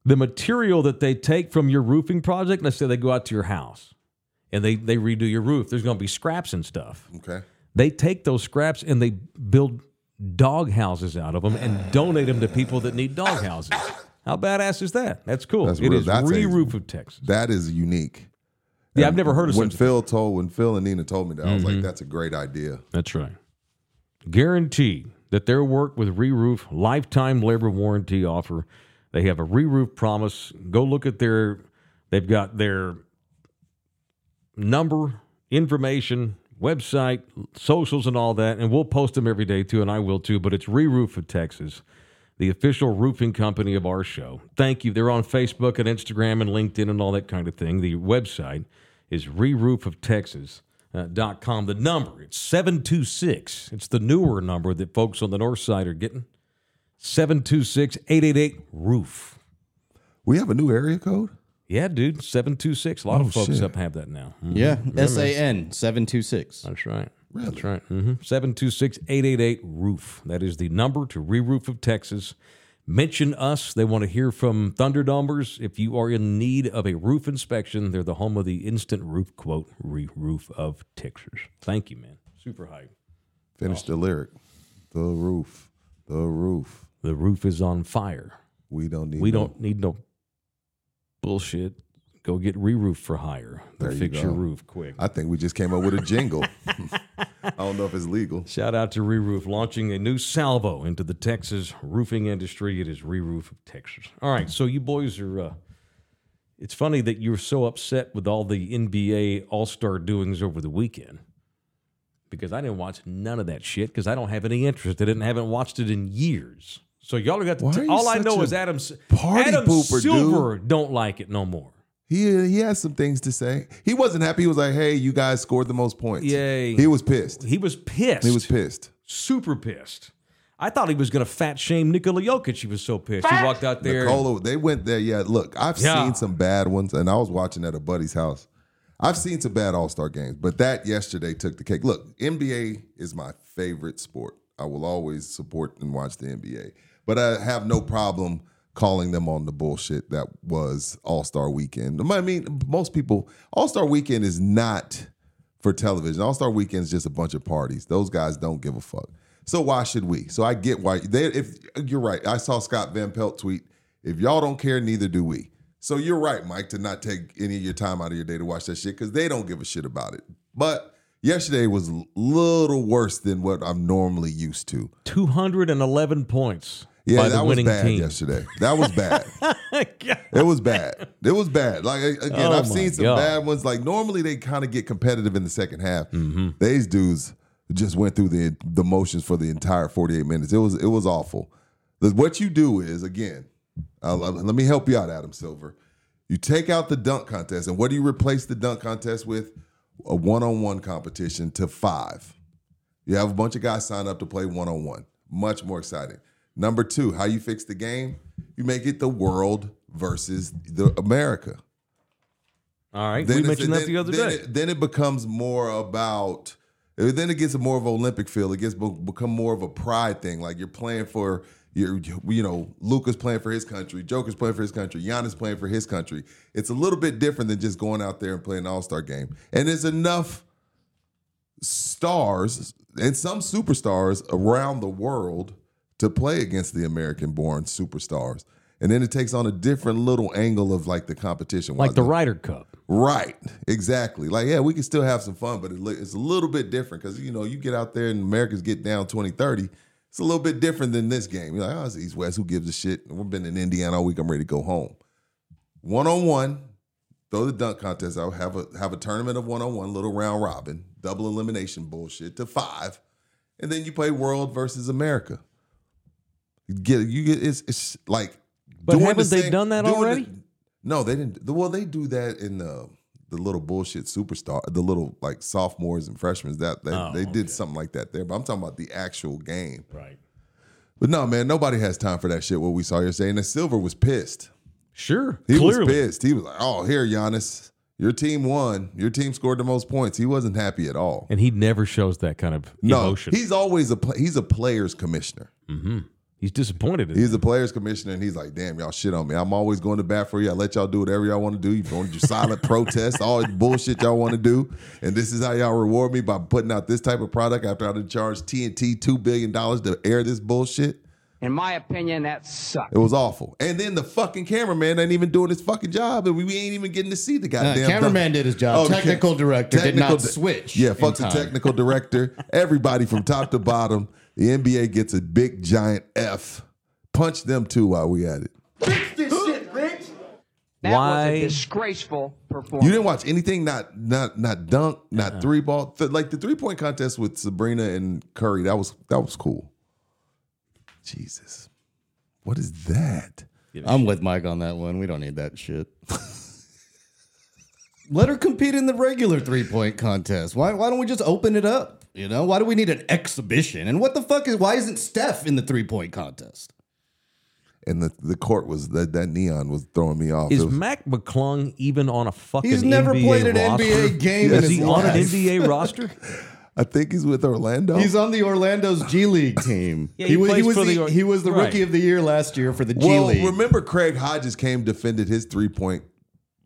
Speaker 2: The material that they take from your roofing project, let's say they go out to your house and they, they redo your roof, there's going to be scraps and stuff
Speaker 3: Okay,
Speaker 2: they take those scraps and they build dog houses out of them and donate them to people that need dog houses. How badass is that? That's cool.
Speaker 3: That's
Speaker 2: It
Speaker 3: real-
Speaker 2: is
Speaker 3: that's a-
Speaker 2: re-roof of Texas.
Speaker 3: that is unique.
Speaker 2: Yeah, I've never heard of
Speaker 3: when
Speaker 2: such. a thing. Mm-hmm.
Speaker 3: Phil told when Phil and Nina told me that. I was like, that's a great idea.
Speaker 2: That's right. Guaranteed that their work with re-roof lifetime labor warranty offer. They have a re-roof promise. Go look at their. They've got their number, information, website, socials, and all that. And we'll post them every day too, and I will too. But it's Reroof of Texas, the official roofing company of our show. Thank you. They're on Facebook and Instagram and LinkedIn and all that kind of thing. The website is reroofofTexas.com. The number, it's 726. It's the newer number that folks on the north side are getting. 726 888 roof.
Speaker 3: We have a new area code.
Speaker 2: Yeah, dude, 726. A lot
Speaker 3: Oh,
Speaker 2: of folks
Speaker 3: shit.
Speaker 2: up have that now. Mhm.
Speaker 5: Yeah, S A N seven two six.
Speaker 2: That's right.
Speaker 3: Really?
Speaker 2: That's right. Mm-hmm. 726-888-ROOF. That is the number to re-roof of Texas. Mention us. They want to hear from Thunderdombers. If you are in need of a roof inspection, they're the home of the instant roof quote, re-roof of Texas. Thank you, man. Super hype.
Speaker 3: Finish the lyric. The roof, the roof.
Speaker 2: The roof is on fire.
Speaker 3: We don't need.
Speaker 2: We
Speaker 3: no-
Speaker 2: don't need no bullshit. Go get re-roof for hire. They'll
Speaker 3: There you
Speaker 2: fix
Speaker 3: go.
Speaker 2: your roof quick.
Speaker 3: I think we just came up with a jingle. I don't know if it's legal.
Speaker 2: Shout out to Reroof launching a new salvo into the Texas roofing industry. It is Reroof of Texas. All right, so you boys are. Uh, it's funny that you're so upset with all the NBA All Star doings over the weekend because I didn't watch none of that shit because I don't have any interest. I didn't haven't watched it in years. So y'all got
Speaker 3: Why
Speaker 2: to.
Speaker 3: are
Speaker 2: T-
Speaker 3: you
Speaker 2: all I
Speaker 3: such
Speaker 2: know
Speaker 3: a
Speaker 2: is Adam S-
Speaker 3: party
Speaker 2: Adam
Speaker 3: pooper, dude?
Speaker 2: Silver don't like it no more.
Speaker 3: He he has some things to say. He wasn't happy. He was like, "Hey, you guys scored the most points."
Speaker 2: Yay.
Speaker 3: He was pissed.
Speaker 2: He was pissed.
Speaker 3: He was pissed.
Speaker 2: super pissed. I thought he was going to fat shame Nikola Jokic. He was so pissed. He walked out there.
Speaker 3: Nicola, they went there. Yeah, look, I've
Speaker 2: Yeah.
Speaker 3: seen some bad ones, and I was watching at a buddy's house. I've seen some bad All Star games, but that yesterday took the cake. Look, NBA is my favorite sport. I will always support and watch the NBA, but I have no problem calling them on the bullshit that was All Star Weekend. I mean, most people All Star Weekend is not for television. All Star Weekend is just a bunch of parties. Those guys don't give a fuck. So why should we? So I get why they. If you're right, I saw Scott Van Pelt tweet: "If y'all don't care, neither do we." So you're right, Mike, to not take any of your time out of your day to watch that shit because they don't give a shit about it. But yesterday was a little worse than what I'm normally used to.
Speaker 2: 211 points
Speaker 3: Yeah,
Speaker 2: by
Speaker 3: that
Speaker 2: the
Speaker 3: was
Speaker 2: winning
Speaker 3: bad
Speaker 2: team.
Speaker 3: yesterday. That was bad. It was bad. It was bad. Like a- again,
Speaker 2: Oh
Speaker 3: I've
Speaker 2: my
Speaker 3: seen some
Speaker 2: God.
Speaker 3: bad ones. Like normally they kind of get competitive in the second half.
Speaker 2: Mm-hmm.
Speaker 3: These dudes just went through the the motions for the entire 48 minutes. It was it was awful. The- What you do is again, I'll- I'll- let me help you out, Adam Silver. You take out the dunk contest, and what do you replace the dunk contest with? A one on one competition to five. You have a bunch of guys sign up to play one on one. Much more exciting. Number two, how you fix the game? You make it the world versus the America.
Speaker 2: All right,
Speaker 3: Then
Speaker 2: we
Speaker 3: it's-
Speaker 2: mentioned that
Speaker 3: then-
Speaker 2: the other
Speaker 3: then
Speaker 2: day.
Speaker 3: It, then it becomes more about. Then it gets more of an Olympic feel. It gets be- become more of a pride thing. Like you're playing for your, you know, Luca's playing for his country, Joker's playing for his country, Giannis playing for his country. It's a little bit different than just going out there and playing an All Star game. And there's enough stars and some superstars around the world to play against the American born superstars. And then it takes on a different little angle of like the competition.
Speaker 2: like the
Speaker 3: Why-
Speaker 2: Ryder Cup.
Speaker 3: Right, exactly. Like, yeah, we can still have some fun, but it, li- it's a little bit different because, you know, you get out there and Americans get down 20 30. It's a little bit different than this game. You're like, oh, it's East West. Who gives a shit? We've been in Indiana all week. I'm ready to go home. One on one, throw the dunk contest out. Have a have a tournament of one on one, little round robin, double elimination bullshit to five, and then you play world versus America. Get you get it's, it's like.
Speaker 2: But
Speaker 3: doing the
Speaker 2: haven't they
Speaker 3: same-
Speaker 2: done that
Speaker 3: doing the-
Speaker 2: already?
Speaker 3: no, they didn't. Well, they do that in the the little bullshit superstar, the little like sophomores and freshmen. That they,
Speaker 2: Oh,
Speaker 3: they
Speaker 2: okay.
Speaker 3: did something like that there. But I'm talking about the actual game.
Speaker 2: Right.
Speaker 3: But no, man, nobody has time for that shit. What we saw yesterday, and the silver was pissed.
Speaker 2: Sure.
Speaker 3: He was
Speaker 2: clearly.
Speaker 3: pissed. He was like, "Oh, here, Giannis, your team won. Your team scored the most points." He wasn't happy at all.
Speaker 2: And he never shows that kind of
Speaker 3: No,
Speaker 2: emotion.
Speaker 3: he's always a pla he's a players commissioner.
Speaker 2: He's disappointed. In
Speaker 3: He's the players commissioner, and he's like, "Damn, y'all shit on me. I'm always going to bat for you. I let y'all do whatever y'all want to do. You want your silent protest, all the bullshit y'all want to do, and this is how y'all reward me by putting out this type of product after I done charged TNT two billion dollars to air this bullshit.
Speaker 4: In my opinion, that sucks.
Speaker 3: It was awful. And then the fucking cameraman ain't even doing his fucking job, and we, we ain't even getting to see the
Speaker 5: Uh,
Speaker 3: goddamn
Speaker 5: cameraman did his job.
Speaker 3: Oh, the
Speaker 5: technical
Speaker 3: cam-
Speaker 5: director did
Speaker 3: technical
Speaker 5: not
Speaker 3: di-
Speaker 5: switch.
Speaker 3: Yeah,
Speaker 5: in
Speaker 3: fuck the
Speaker 5: time.
Speaker 3: technical director. Everybody from top to bottom. The NBA gets a big giant F. Punch them too while we at it.
Speaker 4: That was
Speaker 2: Why-
Speaker 4: a disgraceful
Speaker 3: You
Speaker 4: performance.
Speaker 3: didn't watch anything, not not not dunk, not
Speaker 5: Uh-uh.
Speaker 3: three ball, th- like the three point contest with Sabrina and Curry. That was that was cool. Jesus, what is that?
Speaker 5: I'm with Mike on that one. We don't need that shit. Let her compete in the regular three point contest. Why, why don't we just open it up? You know, why do we need an exhibition? And what the fuck is why isn't Steph in the three point contest?
Speaker 3: And the, the court was that that neon was throwing me off.
Speaker 2: Is
Speaker 3: It was-
Speaker 2: Mac McClung even on a fucking?
Speaker 5: He's never
Speaker 2: NBA
Speaker 5: played an
Speaker 2: roster?
Speaker 5: NBA game
Speaker 2: Is
Speaker 5: in his
Speaker 2: he on an
Speaker 5: life.
Speaker 2: NBA roster?
Speaker 3: I think he's with Orlando.
Speaker 5: He's on the Orlando's G League team.
Speaker 2: Yeah,
Speaker 5: he,
Speaker 2: he
Speaker 5: was, he,
Speaker 2: plays
Speaker 5: was
Speaker 2: for
Speaker 5: the,
Speaker 2: the Or-
Speaker 5: he was the
Speaker 2: Right.
Speaker 5: rookie of the year last year for the G
Speaker 3: well,
Speaker 5: League.
Speaker 3: remember Craig Hodges came defended his three point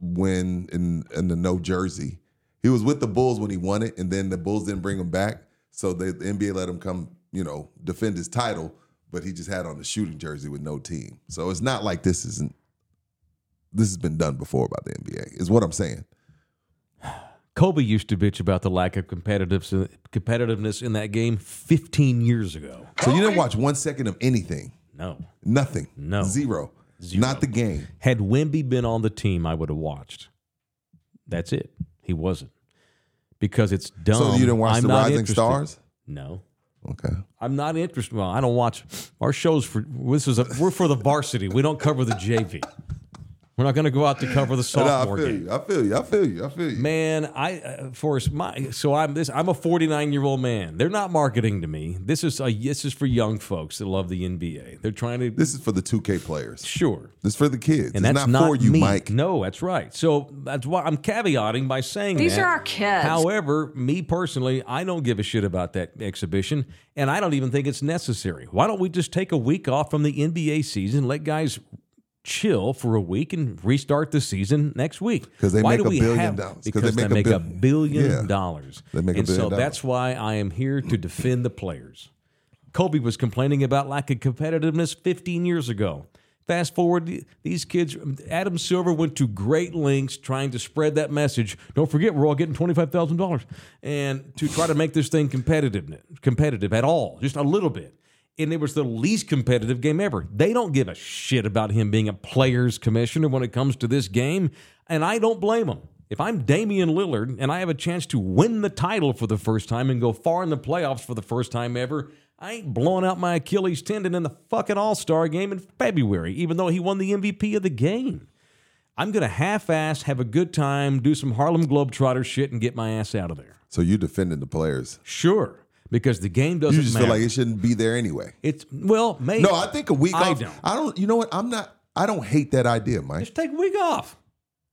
Speaker 3: win in in the no jersey. He was with the Bulls when he won it, and then the Bulls didn't bring him back, so they, the NBA let him come, you know, defend his title. But he just had on the shooting jersey with no team, so it's not like this isn't. This has been done before by the NBA, is what I'm saying.
Speaker 2: Kobe used to bitch about the lack of competitiveness competitiveness in that game 15 years ago.
Speaker 3: So you didn't watch one second of anything,
Speaker 2: No.
Speaker 3: nothing,
Speaker 2: No.
Speaker 3: zero,
Speaker 2: Zero.
Speaker 3: not the game.
Speaker 2: Had Wimby been on the team, I would have watched. That's it. He wasn't. Because it's dumb.
Speaker 3: So you didn't watch
Speaker 2: Um, I'm
Speaker 3: the
Speaker 2: not
Speaker 3: Rising
Speaker 2: interested.
Speaker 3: Stars?
Speaker 2: No.
Speaker 3: Okay,
Speaker 2: I'm not interested. Well, I don't watch our shows for this is a, we're for the varsity. We don't cover the JV. We're not going to go out to cover the
Speaker 3: But I
Speaker 2: sophomore
Speaker 3: feel
Speaker 2: game.
Speaker 3: you. I feel you. I feel you. I feel you.
Speaker 2: Man, I uh, for s- my so I'm this I'm a 49 year old man. They're not marketing to me. This is a this is for young folks that love the NBA. They're trying to
Speaker 3: This is for the 2K players.
Speaker 2: sure,
Speaker 3: This is for the kids.
Speaker 2: and
Speaker 3: it's
Speaker 2: that's
Speaker 3: not, for you,
Speaker 2: me.
Speaker 3: Mike.
Speaker 2: No, that's right. So that's why I'm caveating by saying
Speaker 6: These
Speaker 2: that.
Speaker 6: are our kids.
Speaker 2: However, me personally, I don't give a shit about that exhibition, and I don't even think it's necessary. Why don't we just take a week off from the NBA season, let guys chill for a week, and restart the season next week?
Speaker 3: 'Cause they
Speaker 2: Why
Speaker 3: make
Speaker 2: do
Speaker 3: a
Speaker 2: we
Speaker 3: billion
Speaker 2: have-
Speaker 3: dollars. 'Cause they
Speaker 2: Because they
Speaker 3: make a
Speaker 2: make, a,
Speaker 3: bill-
Speaker 2: billion
Speaker 3: Yeah.
Speaker 2: dollars.
Speaker 3: They make a
Speaker 2: and so
Speaker 3: billion
Speaker 2: that's why I am here to defend the players. Kobe was complaining about lack of competitiveness 15 years ago. Fast forward, these kids, Adam Silver went to great lengths trying to spread that message. Don't forget, we're all getting $25,000 and to try to make this thing competitive, competitive at all, just a little bit. And it was the least competitive game ever. They don't give a shit about him being a player's commissioner when it comes to this game. And I don't blame them. If I'm Damian Lillard and I have a chance to win the title for the first time and go far in the playoffs for the first time ever, I ain't blowing out my Achilles tendon in the fucking All Star game in February, even though he won the MVP of the game. I'm going to half ass, have a good time, do some Harlem Globetrotter shit, and get my ass out of there.
Speaker 3: So you defending the players.
Speaker 2: Sure. because the game doesn't
Speaker 3: You just
Speaker 2: matter.
Speaker 3: feel like it shouldn't be there anyway.
Speaker 2: it's well, maybe
Speaker 3: No, I think a week
Speaker 2: I
Speaker 3: off.
Speaker 2: don't.
Speaker 3: I don't. You know what? I'm not. I don't hate that idea, Mike.
Speaker 2: just take a week off.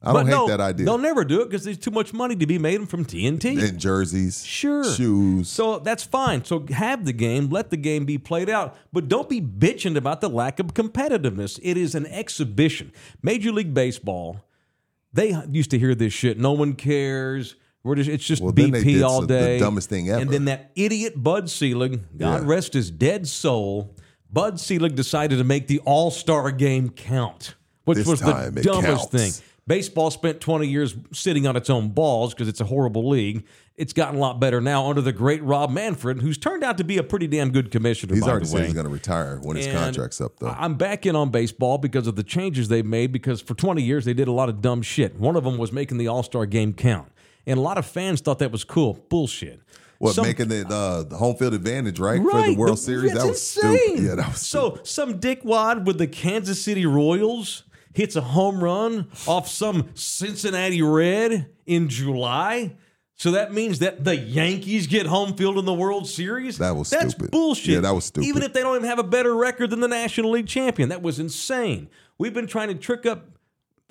Speaker 3: I don't
Speaker 2: But
Speaker 3: hate
Speaker 2: no,
Speaker 3: that idea.
Speaker 2: They'll never do it because there's too much money to be made from TNT.
Speaker 3: And jerseys,
Speaker 2: Sure.
Speaker 3: shoes.
Speaker 2: So that's fine. So have the game, let the game be played out, but don't be bitching about the lack of competitiveness. It is an exhibition. Major League Baseball, they used to hear this shit. No one cares. We're just it's just
Speaker 3: Well, then they
Speaker 2: BP
Speaker 3: did
Speaker 2: all
Speaker 3: some- the
Speaker 2: day.
Speaker 3: dumbest thing ever.
Speaker 2: And then that idiot Bud Selig, God
Speaker 3: Yeah.
Speaker 2: rest his dead soul, Bud Selig decided to make the All Star game count, which
Speaker 3: This
Speaker 2: was the
Speaker 3: time it
Speaker 2: dumbest
Speaker 3: counts.
Speaker 2: thing. Baseball spent 20 years sitting on its own balls because it's a horrible league. It's gotten a lot better now under the great Rob Manfred, who's turned out to be a pretty damn good commissioner.
Speaker 3: He's
Speaker 2: by
Speaker 3: already
Speaker 2: the
Speaker 3: said
Speaker 2: way.
Speaker 3: he's going to retire when his
Speaker 2: And
Speaker 3: contract's up, though.
Speaker 2: I- I'm back in on baseball because of the changes they've made. Because for 20 years they did a lot of dumb shit. One of them was making the All Star game count, and a lot of fans thought that was cool. Bullshit.
Speaker 3: what
Speaker 2: Some-
Speaker 3: making the uh, the home field advantage right, for the
Speaker 2: Right,
Speaker 3: World
Speaker 2: the-
Speaker 3: Series?
Speaker 2: that's
Speaker 3: That was
Speaker 2: insane.
Speaker 3: stupid. Yeah, that was stupid.
Speaker 2: so. Some dickwad with the Kansas City Royals hits a home run off some Cincinnati Red in July. So that means that the Yankees get home field in the World Series.
Speaker 3: That was
Speaker 2: That's
Speaker 3: stupid.
Speaker 2: bullshit.
Speaker 3: Yeah, that was stupid.
Speaker 2: Even if they don't even have a better record than the National League champion, that was insane. We've been trying to trick up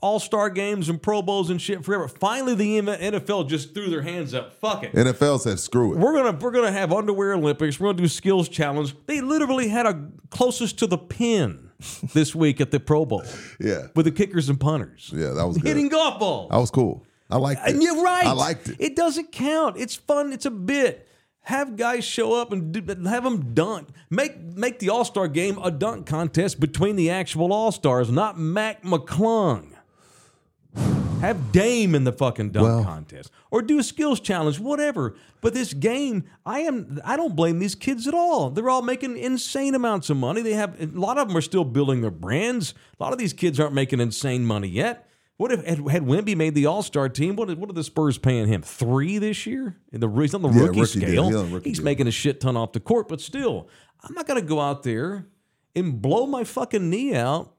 Speaker 2: All Star games and Pro Bowls and shit forever. Finally, the NFL just threw their hands up. Fuck it
Speaker 3: NFL said screw it.
Speaker 2: we're gonna we're gonna have underwear Olympics. We're gonna do skills challenge. They literally had a closest to the pin this week at the Pro Bowl
Speaker 3: Yeah,
Speaker 2: with the kickers and punters
Speaker 3: yeah, that was good.
Speaker 2: hitting golf balls.
Speaker 3: that was cool. I liked it.
Speaker 2: and you're right.
Speaker 3: I liked it.
Speaker 2: It doesn't count. It's fun. It's a bit. Have guys show up and do, have them dunk. Make make the All Star game a dunk contest between the actual All Stars, not Mac McClung. Have Dame in the fucking dunk
Speaker 3: Well-
Speaker 2: contest, or do a skills challenge, whatever. But this game, I am I don't blame these kids at all. They're all making insane amounts of money. They have a lot of them are still building their brands. A lot of these kids aren't making insane money yet. What if had, had Wimby made the All Star team? What what are the Spurs paying him three this year? In the he's on the
Speaker 3: Yeah,
Speaker 2: rookie,
Speaker 3: rookie deal.
Speaker 2: scale,
Speaker 3: He's on rookie
Speaker 2: he's
Speaker 3: deal.
Speaker 2: making a shit ton off the court. But still, I'm not gonna go out there and blow my fucking knee out.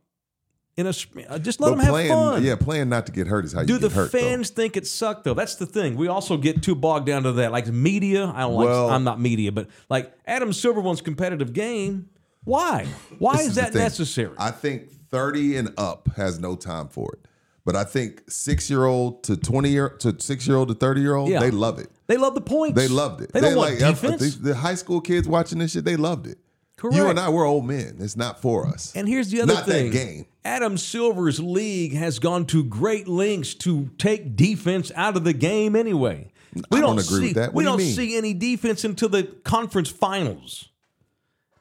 Speaker 2: In a sp- just let
Speaker 3: But
Speaker 2: them have
Speaker 3: playing,
Speaker 2: fun.
Speaker 3: yeah, playing not to get hurt is how
Speaker 2: Do
Speaker 3: you
Speaker 2: the
Speaker 3: get hurt. though.
Speaker 2: fans think it sucked though? That's the thing. We also get too bogged down to that. Like media, I don't
Speaker 3: Well-
Speaker 2: like. I'm not media, but like Adam Silver wants competitive game. Why? Why
Speaker 3: This
Speaker 2: is
Speaker 3: the
Speaker 2: that
Speaker 3: thing.
Speaker 2: necessary?
Speaker 3: I think 30 and up has no time for it. But I think six year old to 20 year to six year old to 30 year old,
Speaker 2: Yeah.
Speaker 3: they love it.
Speaker 2: they love the points.
Speaker 3: They loved it.
Speaker 2: They don't want
Speaker 3: like I- I
Speaker 2: defense.
Speaker 3: think the high school kids watching this shit, they loved it. You
Speaker 2: Correct.
Speaker 3: and I, we're old men. It's not for us.
Speaker 2: And here's the other
Speaker 3: Not that
Speaker 2: thing.
Speaker 3: game.
Speaker 2: Adam Silver's league has gone to great lengths to take defense out of the game anyway. We
Speaker 3: I don't agree
Speaker 2: see,
Speaker 3: with that. What
Speaker 2: we
Speaker 3: do you
Speaker 2: not
Speaker 3: mean?
Speaker 2: see any defense until the conference finals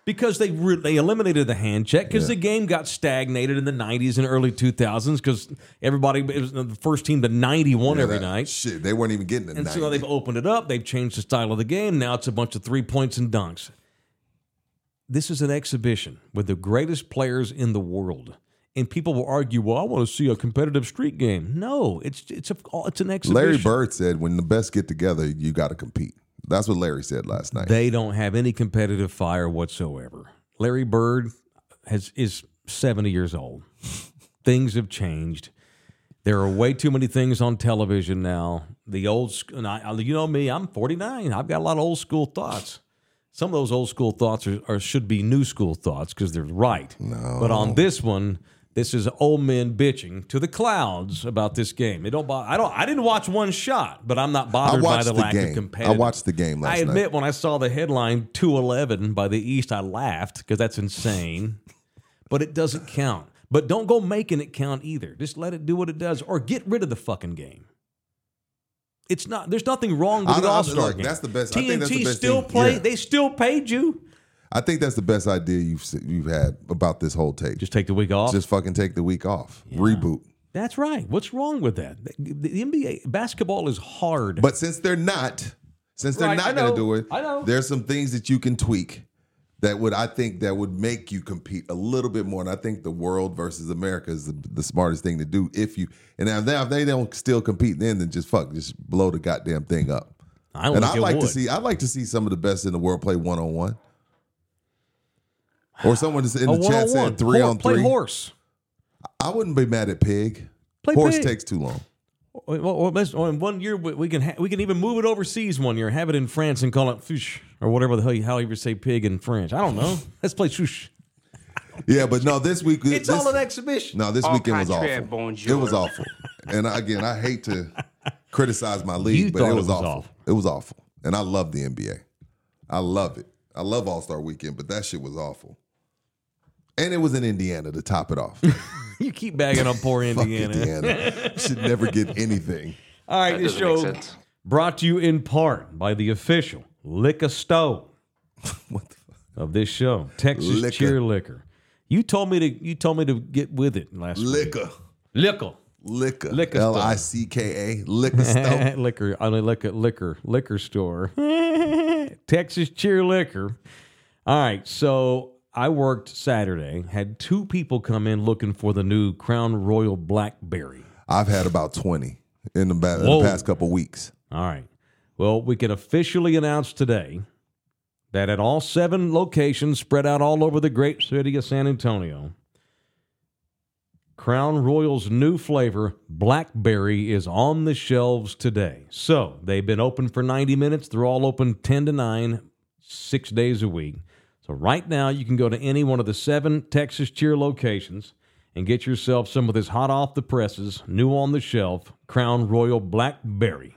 Speaker 2: because they re- they eliminated the hand check because the game got stagnated in the 90s and early 2000s because everybody it was the first team to 90 won every
Speaker 3: That
Speaker 2: night.
Speaker 3: Shit, they weren't even getting it.
Speaker 2: And so now they've opened it up. They've changed the style of the game. Now it's a bunch of three points and dunks. This is an exhibition with the greatest players in the world. And people will argue, well, I want to see a competitive street game. No, it's it's a, it's an exhibition.
Speaker 3: Larry Bird said, when the best get together, you got to compete. That's what Larry said last night.
Speaker 2: They don't have any competitive fire whatsoever. Larry Bird has is 70 years old. things have changed. There are way too many things on television now. The old sc- and I, I- you know me, I'm 49. I've got a lot of old school thoughts. Some of those old school thoughts are, are should be new school thoughts because they're right. No. But on this one, this is old men bitching to the clouds about this game. It don't. bo- I don't. I didn't watch one shot, but I'm not bothered by
Speaker 3: watched
Speaker 2: the,
Speaker 3: the
Speaker 2: lack
Speaker 3: game. I
Speaker 2: of competitive.
Speaker 3: watched the game last
Speaker 2: I admit when I saw the headline 211 by the East, I laughed because that's insane. but it doesn't count. But don't go making it count either. Just let it do what it does or get rid of the fucking game. It's not there's nothing wrong with
Speaker 3: I
Speaker 2: the
Speaker 3: don't- I-
Speaker 2: All Star
Speaker 3: look,
Speaker 2: game.
Speaker 3: that's the best- I
Speaker 2: TNT
Speaker 3: think that's the best
Speaker 2: still
Speaker 3: thing.
Speaker 2: play
Speaker 3: Yeah.
Speaker 2: they still paid you.
Speaker 3: I think that's the best idea you've se- you've had about this whole take.
Speaker 2: Just take the week off.
Speaker 3: Just fucking take the week off. Reboot.
Speaker 2: that's right. What's wrong with that? The, the NBA basketball is hard.
Speaker 3: But since they're not, since they're
Speaker 2: Right, I
Speaker 3: not going to
Speaker 2: know.
Speaker 3: do it,
Speaker 2: I know.
Speaker 3: there's some things that you can tweak that would I think that would make you compete a little bit more. And I think the world versus America is the, the smartest thing to do if you. And if they, if they don't still compete, then then just fuck, just blow the goddamn thing up.
Speaker 2: I don't
Speaker 3: and
Speaker 2: think
Speaker 3: I
Speaker 2: it
Speaker 3: like to
Speaker 2: would.
Speaker 3: see I like to see some of the best in the world play one on one. Or someone is in
Speaker 2: a
Speaker 3: the
Speaker 2: one
Speaker 3: chat
Speaker 2: on
Speaker 3: saying
Speaker 2: one.
Speaker 3: three on
Speaker 2: play
Speaker 3: three.
Speaker 2: horse.
Speaker 3: I wouldn't be mad at pig.
Speaker 2: Play
Speaker 3: horse
Speaker 2: pig.
Speaker 3: takes too long.
Speaker 2: Well, well, let's- oh, in one year we- we can ha- we can even move it overseas one year, have it in France and call it fush or whatever the hell you how you say pig in French. I don't know. Let's play fush.
Speaker 3: Yeah, but no, this week
Speaker 2: It's
Speaker 3: this,
Speaker 2: all an exhibition.
Speaker 3: No, this
Speaker 4: Au
Speaker 3: weekend was
Speaker 4: contraire,
Speaker 3: awful.
Speaker 4: bonjour.
Speaker 3: It was awful. And I- again, I hate to criticize my league,
Speaker 2: You
Speaker 3: but
Speaker 2: thought
Speaker 3: it was,
Speaker 2: it was
Speaker 3: awful.
Speaker 2: awful.
Speaker 3: It was awful. And I love the NBA. I love it. I love All Star Weekend, but that shit was awful. And it was in Indiana to top it off.
Speaker 2: You keep bagging on poor
Speaker 3: Fuck
Speaker 2: Indiana.
Speaker 3: Indiana. Should never get anything.
Speaker 2: All right, this show
Speaker 4: doesn't make sense.
Speaker 2: brought to you in part by the official liquor store
Speaker 3: What the fuck?
Speaker 2: of this show, Texas
Speaker 3: Liquor.
Speaker 2: Cheer Liquor. You told me to you told me to get with it last week.
Speaker 3: Liquor.
Speaker 2: liquor.
Speaker 3: Liquor.
Speaker 2: Liquor store.
Speaker 3: L I C K A. Liquor store.
Speaker 2: liquor, I mean, liquor, liquor, liquor store, Texas Cheer Liquor. All right, so I worked Saturday. Had two people come in looking for the new Crown Royal Blackberry.
Speaker 3: I've had about 20 in the, ba- in the
Speaker 2: Whoa.
Speaker 3: past couple weeks.
Speaker 2: All right. Well, we can officially announce today that at all seven locations spread out all over the great city of San Antonio, Crown Royal's new flavor, Blackberry, is on the shelves today. So they've been open for 90 minutes. They're all open 10 to 9, six days a week. So right now, you can go to any one of the seven Texas Cheer locations and get yourself some of this hot off the presses, new on the shelf, Crown Royal Blackberry.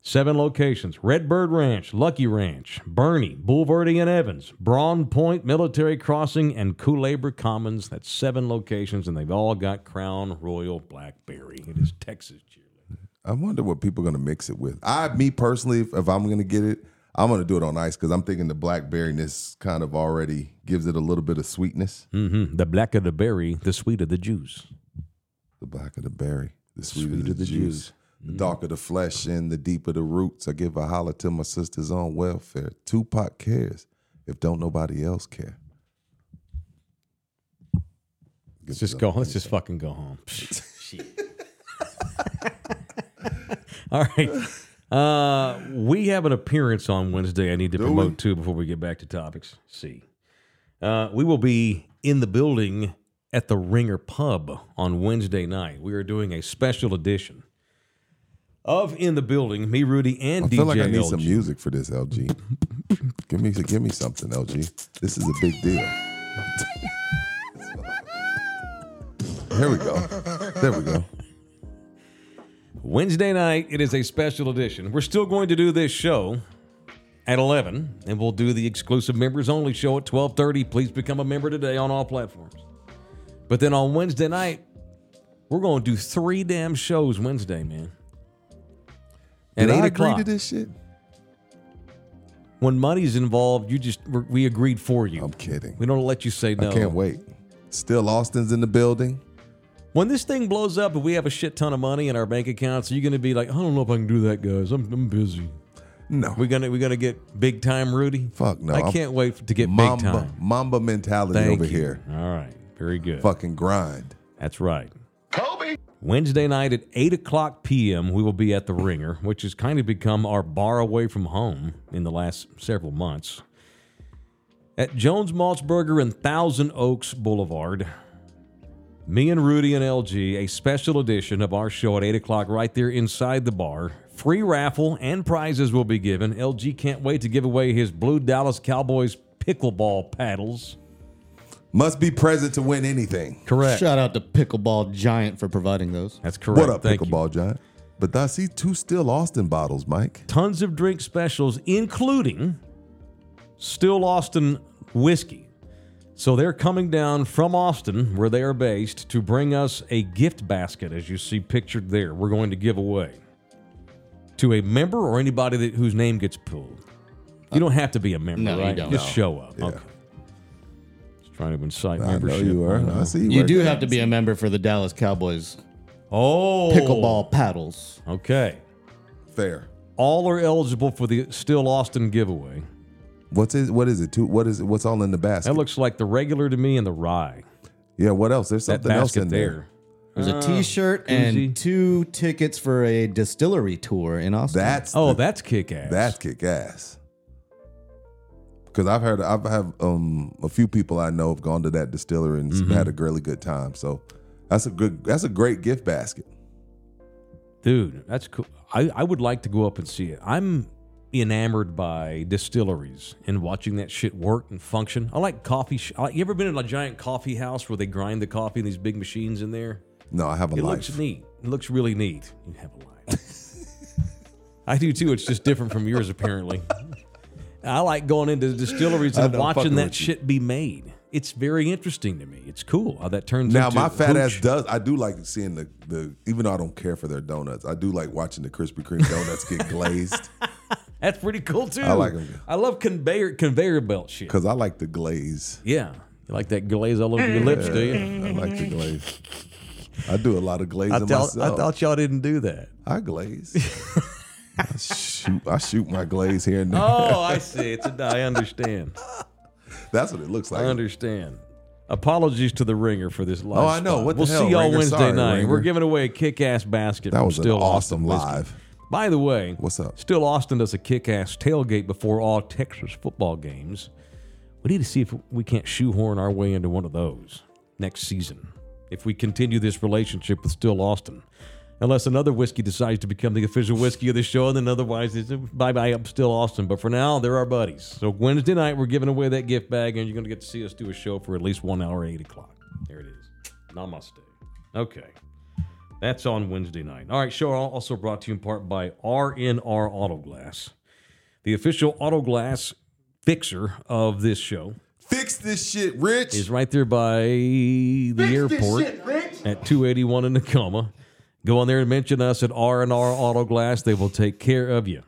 Speaker 2: Seven locations Redbird Ranch, Lucky Ranch, Bernie, Boulevardy and Evans, Braun Point, Military Crossing, and Cool Labor Commons. That's seven locations, and they've all got Crown Royal Blackberry. It is Texas cheer.
Speaker 3: I wonder what people are gonna mix it with. I, me personally, if, if I'm gonna get it, I'm gonna do it on ice because I'm thinking the blackberryness kind of already gives it a little bit of sweetness.
Speaker 2: Mm-hmm. The black of the berry, the sweet of the juice.
Speaker 3: The black of the berry, the sweet, of the, juice, Hmm. the dark of the flesh, and the deep of the roots. I give a holler till my sisters on welfare. Tupac cares if don't nobody else care.
Speaker 2: Let's just go. Let's just fucking go home. All right. Uh, we have an appearance on Wednesday. I need to promote too before we get back to topics. See, uh, we will be in the building at the Ringer Pub on Wednesday night. We are doing a special edition of In the Building. Me, Rudy, and
Speaker 3: I
Speaker 2: DJ.
Speaker 3: feel like I need
Speaker 2: LG.
Speaker 3: some music for this, LG. give me, give me something, LG. This is a big deal. Here we go. There we go.
Speaker 2: Wednesday night, it is a special edition. We're still going to do this show at 11, and we'll do the exclusive members only show at 12:30. Please become a member today on all platforms. But then on Wednesday night, we're going to do three damn shows Wednesday, man. At
Speaker 3: Did
Speaker 2: eight
Speaker 3: I
Speaker 2: o'clock,
Speaker 3: agree to this shit?
Speaker 2: when money's involved, you just we're, we agreed for you.
Speaker 3: I'm kidding.
Speaker 2: We don't let you say no.
Speaker 3: I can't wait. Still, Austin's in the building.
Speaker 2: When this thing blows up and we have a shit ton of money in our bank accounts, are you going to be like, I don't know if I can do that, guys. I'm, I'm busy.
Speaker 3: No,
Speaker 2: We're gonna we're gonna get big time, Rudy.
Speaker 3: Fuck no,
Speaker 2: I
Speaker 3: I'm-
Speaker 2: can't wait to get
Speaker 3: Mamba,
Speaker 2: big time.
Speaker 3: Mamba mentality
Speaker 2: Thank
Speaker 3: over
Speaker 2: you.
Speaker 3: here.
Speaker 2: All right, very good.
Speaker 3: Fucking grind.
Speaker 2: That's right. Kobe. Wednesday night at eight o'clock p.m. We will be at the Ringer, which has kind of become our bar away from home in the last several months. At Jones Maltzberger and Thousand Oaks Boulevard. Me and Rudy and LG, a special edition of our show at 8 o'clock right there inside the bar. Free raffle and prizes will be given. LG can't wait to give away his Blue Dallas Cowboys pickleball paddles.
Speaker 3: Must be present to win anything.
Speaker 2: Correct.
Speaker 5: Shout out to Pickleball Giant for providing those.
Speaker 2: That's correct.
Speaker 3: What up,
Speaker 2: Thank you.
Speaker 3: pickleball giant? But I see two still Austin bottles, Mike.
Speaker 2: Tons of drink specials, including Still Austin whiskey. So they're coming down from Austin, where they are based, to bring us a gift basket, as you see pictured there. We're going to give away to a member or anybody that, whose name gets pulled. You don't have to be a member,
Speaker 5: No, you
Speaker 2: right?
Speaker 5: don't.
Speaker 2: Just
Speaker 5: No.
Speaker 2: show up. Okay. Just trying to incite
Speaker 3: I know
Speaker 2: membership. Uh-huh.
Speaker 3: you are. I see you.
Speaker 5: You
Speaker 3: working.
Speaker 5: do have to be a member for the Dallas Cowboys
Speaker 2: Oh,
Speaker 5: pickleball paddles.
Speaker 2: Okay.
Speaker 3: fair.
Speaker 2: All are eligible for the Still Austin giveaway.
Speaker 3: What's it? What is it? Two, what is it? What's all in the basket?
Speaker 2: That looks like the regular to me and the rye.
Speaker 3: yeah. What else? There's
Speaker 2: That
Speaker 3: something else
Speaker 2: basket
Speaker 3: in there.
Speaker 2: there.
Speaker 5: There's
Speaker 2: Ah,
Speaker 5: a T-shirt
Speaker 2: koozie.
Speaker 5: and two tickets for a distillery tour in Austin.
Speaker 3: That's
Speaker 2: Oh,
Speaker 3: the-
Speaker 2: that's kick ass.
Speaker 3: That's kick ass. Because I've heard, I've have um a few people I know have gone to that distillery
Speaker 2: Mm-hmm.
Speaker 3: and had a really good time. So that's a good, that's a great gift basket.
Speaker 2: Dude, that's cool. I, I would like to go up and see it. I'm enamored by distilleries and watching that shit work and function. I like coffee. Sh- I like, you ever been in a giant coffee house where they grind the coffee in these big machines in there?
Speaker 3: No, I have a
Speaker 2: It
Speaker 3: life.
Speaker 2: looks neat. It looks really neat. You have a life. I do too. It's just different from yours, apparently. I like going into distilleries
Speaker 3: I
Speaker 2: and
Speaker 3: know, I'm
Speaker 2: watching
Speaker 3: fucking
Speaker 2: that
Speaker 3: with you.
Speaker 2: shit be made. It's very interesting to me. It's cool how that turns
Speaker 3: Now
Speaker 2: into
Speaker 3: my fat
Speaker 2: hooch.
Speaker 3: ass does. I do like seeing the the. Even though I don't care for their donuts, I do like watching the Krispy Kreme donuts get glazed
Speaker 2: That's pretty cool too.
Speaker 3: I like 'em.
Speaker 2: I love conveyor conveyor belt shit.
Speaker 3: because I like the glaze.
Speaker 2: Yeah, you like that glaze all over your lips, do you?
Speaker 3: I like the glaze. I do a lot of glazing
Speaker 2: Mm-hmm. I thought I
Speaker 3: myself.
Speaker 2: thought y'all didn't do that.
Speaker 3: I glaze. I shoot, I shoot my glaze here and there.
Speaker 2: Oh, I see. It's a, I understand.
Speaker 3: That's what it looks
Speaker 2: I
Speaker 3: like.
Speaker 2: understand. Apologies to the ringer for this live.
Speaker 3: Oh, I know.
Speaker 2: spot.
Speaker 3: What the
Speaker 2: we'll
Speaker 3: hell,
Speaker 2: see y'all
Speaker 3: Ringer?
Speaker 2: Wednesday
Speaker 3: Sorry,
Speaker 2: night.
Speaker 3: Ringer.
Speaker 2: We're giving away a kick-ass basket.
Speaker 3: that
Speaker 2: from
Speaker 3: was an
Speaker 2: still Austin
Speaker 3: awesome
Speaker 2: Whiskey.
Speaker 3: live.
Speaker 2: By the way,
Speaker 3: What's up?
Speaker 2: Still Austin does a kick-ass tailgate before all Texas football games. We need to see if we can't shoehorn our way into one of those next season. If we continue this relationship with Still Austin, unless another whiskey decides to become the official whiskey of the show, and then otherwise it's bye bye. I'm Still Austin, but for now they're our buddies. So Wednesday night we're giving away that gift bag, and you're going to get to see us do a show for at least one hour at eight o'clock. There it is. Namaste. Okay. That's on Wednesday night. All right, show also brought to you in part by RNR Auto Glass, the official auto glass fixer of this show.
Speaker 3: Fix this shit, Rich.
Speaker 2: Is right there by the airport at 281 in Tacoma. Go on there and mention us at R&R Auto Glass. They will take care of you.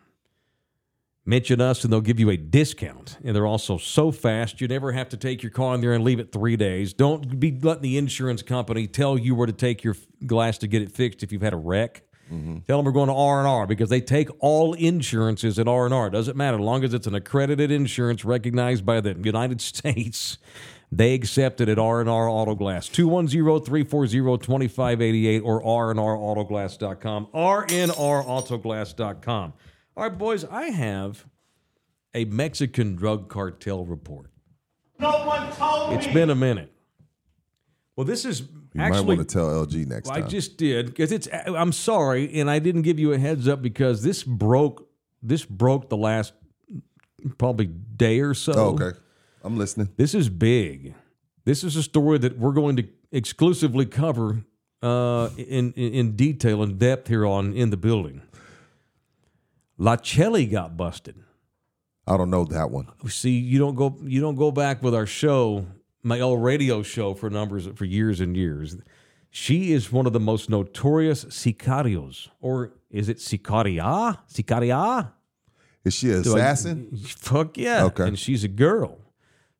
Speaker 2: Mention us and they'll give you a discount. And they're also so fast, you never have to take your car in there and leave it three days. Don't be letting the insurance company tell you where to take your f- glass to get it fixed if you've had a wreck. Tell them we're going to R&R because they take all insurances at R&R. It doesn't matter. As long as it's an accredited insurance recognized by the United States, they accept it at R&R Auto Glass. 210-340-2588 or rnrautoglass.com. rnrautoglass.com. All right, boys, I have a Mexican drug cartel report.
Speaker 6: No one told
Speaker 2: It's
Speaker 6: me.
Speaker 2: been a minute. Well, this is
Speaker 3: you might
Speaker 2: actually
Speaker 3: want to tell LG next
Speaker 2: well,
Speaker 3: time.
Speaker 2: I just did because it's. I'm sorry, and I didn't give you a heads up because this broke. This broke the last probably day or so.
Speaker 3: oh, okay, I'm listening.
Speaker 2: This is big. This is a story that we're going to exclusively cover uh, in, in in detail and depth here on in the building. La Chelly got busted.
Speaker 3: I don't know that one.
Speaker 2: See, you don't go you don't go back with our show, my old radio show for numbers for years and years. She is one of the most notorious sicarios, or is it sicaria? Sicaria?
Speaker 3: Is she an
Speaker 2: Do I-
Speaker 3: assassin?
Speaker 2: fuck yeah.
Speaker 3: Okay.
Speaker 2: And she's a girl.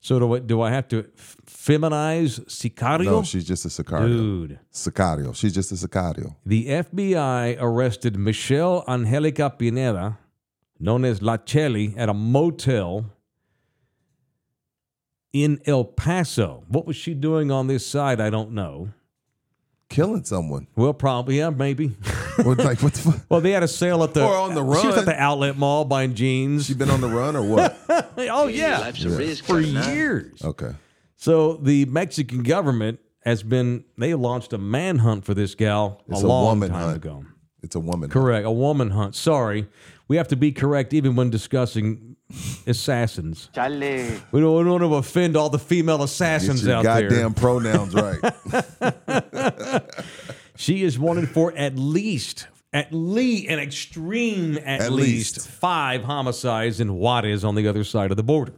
Speaker 2: So do I, do I have to f- feminize sicario?
Speaker 3: no, she's just a sicario.
Speaker 2: Dude.
Speaker 3: Sicario. She's just a sicario.
Speaker 2: The FBI arrested Michelle Angelica Pineda, known as La Chelly, at a motel in El Paso. What was she doing on this side? I don't know.
Speaker 3: Killing someone.
Speaker 2: Well, probably, yeah, maybe.
Speaker 3: Or it's like what the fuck?
Speaker 2: Well, they had a sale at the
Speaker 3: Or on the
Speaker 2: She was
Speaker 3: run.
Speaker 2: at the outlet mall buying jeans.
Speaker 3: She been on the run or what?
Speaker 2: oh yeah, for years.
Speaker 3: Okay.
Speaker 2: So the Mexican government has been. They launched a manhunt for this gal
Speaker 3: It's
Speaker 2: a
Speaker 3: a
Speaker 2: long
Speaker 3: woman
Speaker 2: time
Speaker 3: hunt.
Speaker 2: ago.
Speaker 3: It's a woman.
Speaker 2: Correct. A woman hunt. Sorry. We have to be correct even when discussing assassins. We don't, we don't want to offend all the female
Speaker 3: Get
Speaker 2: assassins
Speaker 3: your
Speaker 2: out
Speaker 3: goddamn
Speaker 2: there.
Speaker 3: pronouns right.
Speaker 2: She is wanted for at least, at least, an extreme at,
Speaker 3: At
Speaker 2: least,
Speaker 3: least.
Speaker 2: five homicides in Juarez on the other side of the border.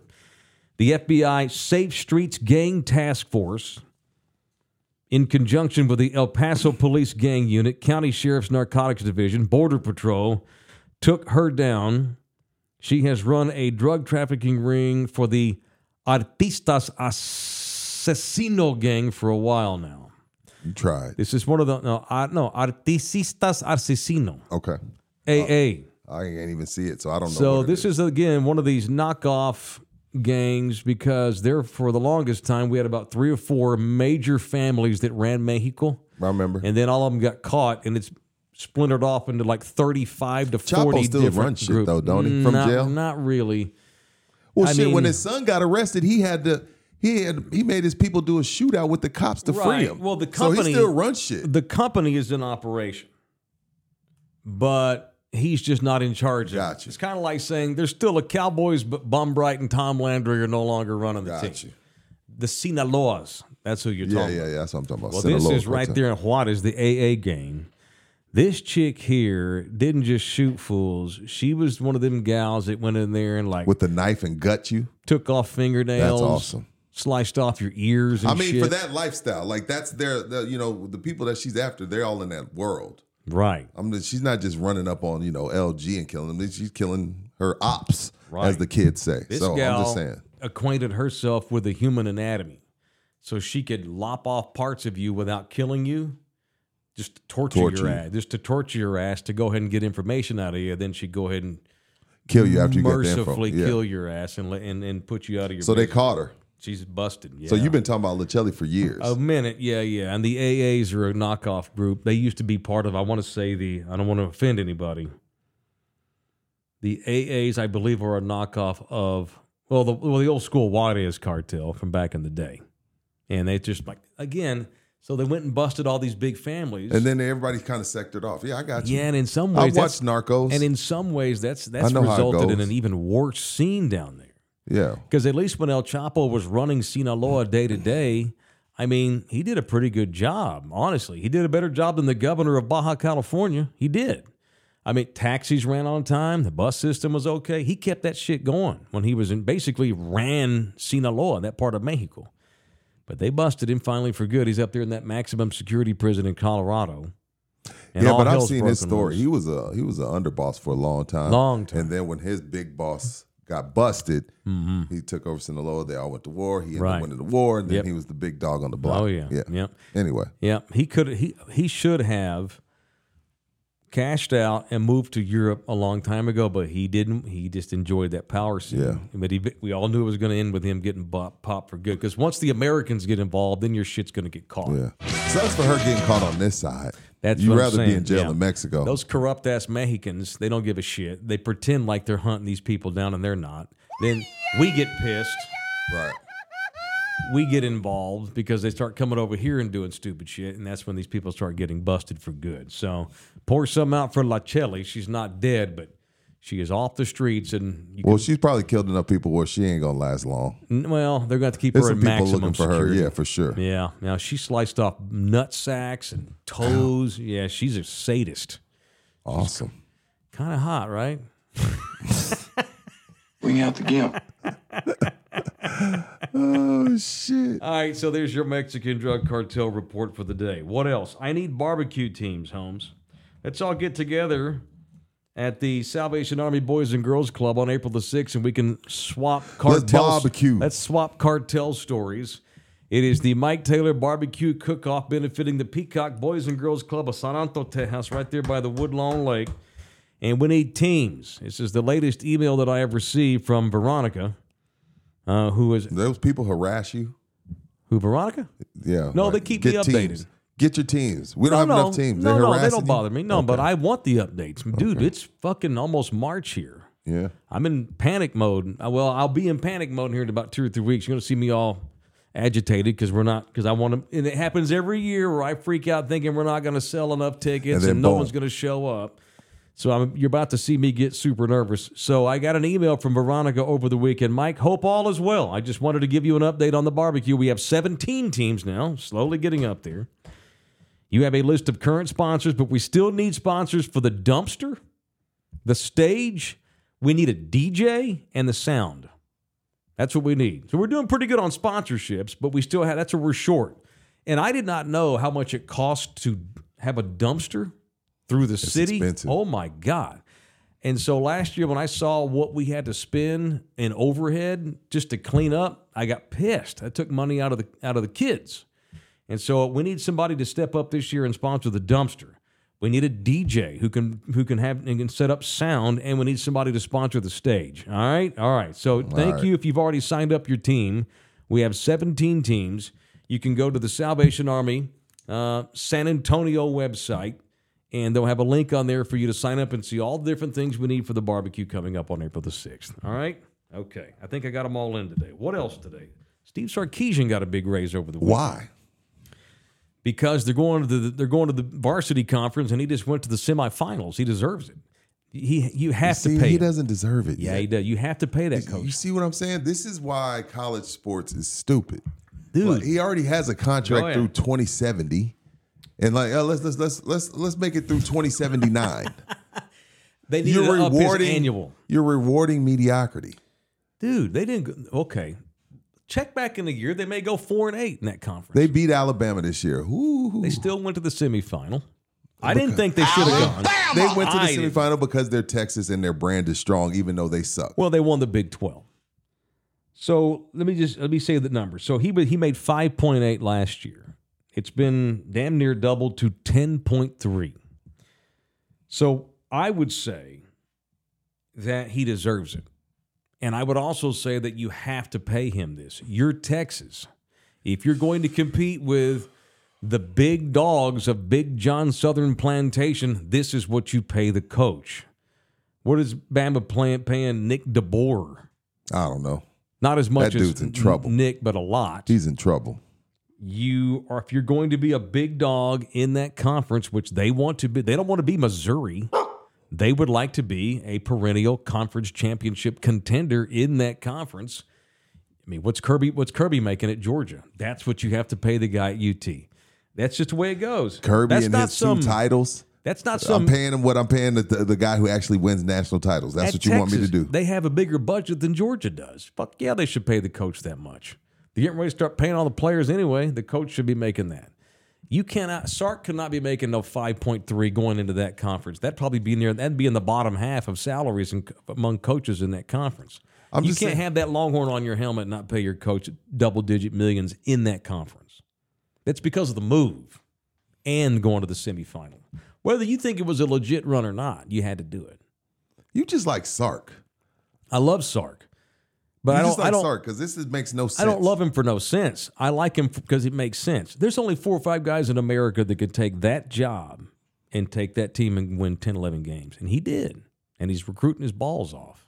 Speaker 2: The FBI Safe Streets Gang Task Force, in conjunction with the El Paso Police Gang Unit, County Sheriff's Narcotics Division, Border Patrol, took her down. She has run a drug trafficking ring for the Artistas Asesino gang for a while now.
Speaker 3: you tried.
Speaker 2: This is one of the no, uh, no articistas asesino,
Speaker 3: Okay.
Speaker 2: AA.
Speaker 3: I can't even see it, so I don't know.
Speaker 2: so
Speaker 3: what Oh, it
Speaker 2: this is again one of these knockoff gangs because there for the longest time we had about three or four major families that ran Mexico,
Speaker 3: I remember.
Speaker 2: and then all of them got caught, and it's splintered off into like thirty-five to
Speaker 3: Chapo
Speaker 2: forty
Speaker 3: still
Speaker 2: different
Speaker 3: runs shit,
Speaker 2: groups.
Speaker 3: though, don't he, from
Speaker 2: Not-
Speaker 3: jail?
Speaker 2: Not really.
Speaker 3: well,
Speaker 2: I
Speaker 3: shit.
Speaker 2: mean-
Speaker 3: when his son got arrested, he had to. He had he made his people do a shootout with the cops to free
Speaker 2: Right.
Speaker 3: him.
Speaker 2: Well, the
Speaker 3: so
Speaker 2: company-
Speaker 3: he still runs shit.
Speaker 2: The company is in operation. but he's just not in charge. of it.
Speaker 3: Gotcha.
Speaker 2: It's kind of like saying there's still a Cowboys, but Bum Bright and Tom Landry are no longer running the
Speaker 3: Gotcha.
Speaker 2: team. The Sinaloas. That's who you're
Speaker 3: Yeah,
Speaker 2: talking
Speaker 3: yeah,
Speaker 2: about.
Speaker 3: yeah. That's what I'm talking about.
Speaker 2: Well,
Speaker 3: Send a
Speaker 2: this
Speaker 3: load
Speaker 2: is
Speaker 3: for
Speaker 2: right
Speaker 3: time.
Speaker 2: there in Juarez, the AA game. This chick here didn't just shoot fools. She was one of them gals that went in there and like
Speaker 3: with the knife and gut you.
Speaker 2: took off fingernails.
Speaker 3: awesome.
Speaker 2: Sliced off your ears and
Speaker 3: I mean,
Speaker 2: shit.
Speaker 3: for that lifestyle, like that's their, the, you know, the people that she's after, they're all in that world.
Speaker 2: Right.
Speaker 3: I mean, she's not just running up on you know LG and killing them. She's killing her ops,
Speaker 2: Right.
Speaker 3: as the kids say.
Speaker 2: This
Speaker 3: so
Speaker 2: gal
Speaker 3: I'm just saying,
Speaker 2: acquainted herself with the human anatomy, so she could lop off parts of you without killing you, just to torture,
Speaker 3: Torture
Speaker 2: your
Speaker 3: you.
Speaker 2: ass, just to torture your ass to go ahead and get information out of you. Then she'd go ahead and
Speaker 3: kill you after you get the info.
Speaker 2: mercifully
Speaker 3: Yeah.
Speaker 2: kill your ass and, let- and and put you out of your.
Speaker 3: So they
Speaker 2: misery.
Speaker 3: caught her.
Speaker 2: She's busted. Yeah.
Speaker 3: So you've been talking about Licelli for years.
Speaker 2: A minute, yeah, yeah. And the AAs are a knockoff group. They used to be part of, I want to say the, I don't want to offend anybody. The AAs, I believe, are a knockoff of, well, the, well, the old school Juarez cartel from back in the day. And they just like, again, so they went and busted all these big families.
Speaker 3: and then everybody kind of sectored off. Yeah, I got you.
Speaker 2: yeah, and in some
Speaker 3: I
Speaker 2: ways, that's-
Speaker 3: watched Narcos.
Speaker 2: and in some ways, that's that's
Speaker 3: know how it
Speaker 2: resulted in
Speaker 3: goes.
Speaker 2: an even worse scene down there.
Speaker 3: yeah,
Speaker 2: Because at least when El Chapo was running
Speaker 3: Mm.
Speaker 2: Sinaloa day to day, I mean, he did a pretty good job, honestly. He did a better job than the governor of Baja California. He did. I mean, taxis ran on time, the bus system was okay. He kept that shit going when he was in basically ran Sinaloa, that part of Mexico. But they busted him finally for good. He's up there in that maximum security prison in Colorado. And
Speaker 3: yeah.
Speaker 2: all
Speaker 3: But I've
Speaker 2: hell's
Speaker 3: seen his
Speaker 2: broken
Speaker 3: story.
Speaker 2: loose.
Speaker 3: He was a he was an underboss for a long time.
Speaker 2: Long time.
Speaker 3: And then when his big boss got busted, he took over Sinaloa. They all went to war. He ended
Speaker 2: Mm-hmm. Right.
Speaker 3: up winning the war, and then
Speaker 2: Yep.
Speaker 3: he was the big dog on the block.
Speaker 2: Oh yeah.
Speaker 3: yeah.
Speaker 2: Yep.
Speaker 3: Anyway,
Speaker 2: Yeah, he could he he should have cashed out and moved to Europe a long time ago, but he didn't. He just enjoyed that power scene.
Speaker 3: Yeah.
Speaker 2: But he, we all knew it was going to end with him getting bop, popped for good. Because once the Americans get involved, then your shit's going to get caught.
Speaker 3: yeah. Sucks for her getting caught on this side.
Speaker 2: That's
Speaker 3: you'd
Speaker 2: what I'm
Speaker 3: rather be
Speaker 2: saying,
Speaker 3: in jail
Speaker 2: yeah.
Speaker 3: in Mexico.
Speaker 2: Those corrupt ass Mexicans, they don't give a shit. They pretend like they're hunting these people down, and they're not. Then we get pissed.
Speaker 3: right.
Speaker 2: We get involved because they start coming over here and doing stupid shit, and that's when these people start getting busted for good. So pour some out for La Chelly. She's not dead, but she is off the streets, and you
Speaker 3: Well, she's probably killed enough people where she ain't gonna last long.
Speaker 2: can, well, they're going to keep
Speaker 3: There's
Speaker 2: her
Speaker 3: some
Speaker 2: in
Speaker 3: people
Speaker 2: maximum
Speaker 3: looking for her.
Speaker 2: security.
Speaker 3: Yeah, for sure.
Speaker 2: yeah. Now she sliced off nut sacks and toes. yeah, she's a sadist.
Speaker 3: Awesome.
Speaker 2: Kind of hot, right?
Speaker 7: Bring out the gimp.
Speaker 3: Oh shit.
Speaker 2: All right, so there's your Mexican drug cartel report for the day. What else? I need barbecue teams, Holmes. Let's all get together at the Salvation Army Boys and Girls Club on April the 6th and we can swap cartels.
Speaker 3: barbecue.
Speaker 2: Let's swap cartel stories. It is the Mike Taylor Barbecue Cook Off benefiting the Peacock Boys and Girls Club of San Anto, Tejas, right there by the Woodlawn Lake. And we need teams. This is the latest email that I have received from Veronica, uh, who is.
Speaker 3: Those people harass you.
Speaker 2: Who, Veronica?
Speaker 3: Yeah.
Speaker 2: No,
Speaker 3: like,
Speaker 2: they keep
Speaker 3: get
Speaker 2: me
Speaker 3: Teams.
Speaker 2: updated.
Speaker 3: Get your teams. We don't have enough teams.
Speaker 2: No,
Speaker 3: They're
Speaker 2: no, they
Speaker 3: harassing
Speaker 2: don't
Speaker 3: you?
Speaker 2: bother me. No, but I want the updates, dude. It's fucking almost March here.
Speaker 3: Yeah.
Speaker 2: I'm in panic mode. Uh, Well, I'll be in panic mode here in about two or three weeks. You're gonna see me all agitated because we're not because I want to. And it happens every year where I freak out thinking we're not gonna sell enough tickets
Speaker 3: And
Speaker 2: and,
Speaker 3: then
Speaker 2: no
Speaker 3: boom.
Speaker 2: one's gonna show up. So I'm, you're about to see me get super nervous. So I got an email from Veronica over the weekend. Mike, hope all is well. I just wanted to give you an update on the barbecue. We have 17 teams now, slowly getting up there. You have a list of current sponsors, but we still need sponsors for the dumpster, the stage. We need a DJ and the sound. That's what we need. So we're doing pretty good on sponsorships, but we still have that's where we're short. And I did not know how much it costs to have a dumpster through the city.
Speaker 3: expensive.
Speaker 2: Oh my God. And so last year when I saw what we had to spend in overhead just to clean up, I got pissed. I took money out of the out of the kids. And so we need somebody to step up this year and sponsor the dumpster. We need a DJ who can who can have and can set up sound, and we need somebody to sponsor the stage. All right, all right. So thank you if you've already signed up your team. We have 17 teams. You can go to the Salvation Army uh, San Antonio website, and they'll have a link on there for you to sign up and see all the different things we need for the barbecue coming up on April the 6th. All right, okay. I think I got them all in today. What else today? Steve Sarkeesian got a big raise over the weekend
Speaker 3: Why?
Speaker 2: because they're going to the they're going to the varsity conference, and he just went to the semifinals. He deserves it. He you have
Speaker 3: See,
Speaker 2: to pay.
Speaker 3: he
Speaker 2: it.
Speaker 3: doesn't deserve it.
Speaker 2: Yeah,
Speaker 3: yet.
Speaker 2: he does. You have to pay that
Speaker 3: You
Speaker 2: coach.
Speaker 3: see what I'm saying? This is why college sports is stupid.
Speaker 2: Dude.
Speaker 3: Like, he already has a contract
Speaker 2: Oh, yeah.
Speaker 3: through 2070. And like, oh, let's let's let's let's let's make it through 2079.
Speaker 2: They need
Speaker 3: you're
Speaker 2: to up his
Speaker 3: rewarding
Speaker 2: annual.
Speaker 3: You're rewarding mediocrity.
Speaker 2: Dude, they didn't. Go, okay, check back in the year. They may go four and eight in that conference.
Speaker 3: They beat Alabama this year. Ooh.
Speaker 2: They still went to the semifinal. I didn't think they should have gone.
Speaker 3: They went to the
Speaker 2: I didn't.
Speaker 3: semifinal because they're Texas and their brand is strong, even though they suck.
Speaker 2: Well, they won the Big Twelve. So let me just let me say the numbers. So he wa- he made five point eight last year. It's been damn near doubled to ten point three. So I would say that he deserves it, and I would also say that you have to pay him this. You're Texas. If you're going to compete with the big dogs of Big John Southern Plantation, this is what you pay the coach. What is Bama playing, paying Nick DeBoer?
Speaker 3: I don't know.
Speaker 2: Not as much
Speaker 3: dude's
Speaker 2: as
Speaker 3: in trouble.
Speaker 2: Nick, but a lot.
Speaker 3: He's in trouble.
Speaker 2: You are if you're going to be a big dog in that conference, which they want to be. They don't want to be Missouri. They would like to be a perennial conference championship contender in that conference. I mean, what's Kirby? What's Kirby making at Georgia? That's what you have to pay the guy at UT. That's just the way it goes.
Speaker 3: Kirby
Speaker 2: that's
Speaker 3: and
Speaker 2: not
Speaker 3: his
Speaker 2: some. um,
Speaker 3: two titles.
Speaker 2: that's not some.
Speaker 3: I'm paying him what I'm paying the, the, the guy who actually wins national titles. That's
Speaker 2: at
Speaker 3: what you want me to
Speaker 2: Texas,
Speaker 3: do.
Speaker 2: They have a bigger budget than Georgia does. Fuck yeah, they should pay the coach that much. They're getting ready to start paying all the players anyway. The coach should be making that. You cannot Sark cannot be making no five point three going into that conference. That'd probably be near that'd be in the bottom half of salaries in, among coaches in that conference.
Speaker 3: I'm
Speaker 2: you
Speaker 3: just
Speaker 2: can't
Speaker 3: saying-
Speaker 2: have that Longhorn on your helmet and not pay your coach double digit millions in that conference. That's because of the move and going to the semifinal. Whether you think it was a legit run or not, you had to do it.
Speaker 3: you just like Sark.
Speaker 2: I love Sark, but
Speaker 3: You
Speaker 2: I don't.
Speaker 3: just like
Speaker 2: I don't.
Speaker 3: Sark because this is, makes no sense.
Speaker 2: I don't love him for no sense. I like him because it makes sense. There's only four or five guys in America that could take that job and take that team and win 10, 11 games, and he did. And he's recruiting his balls off.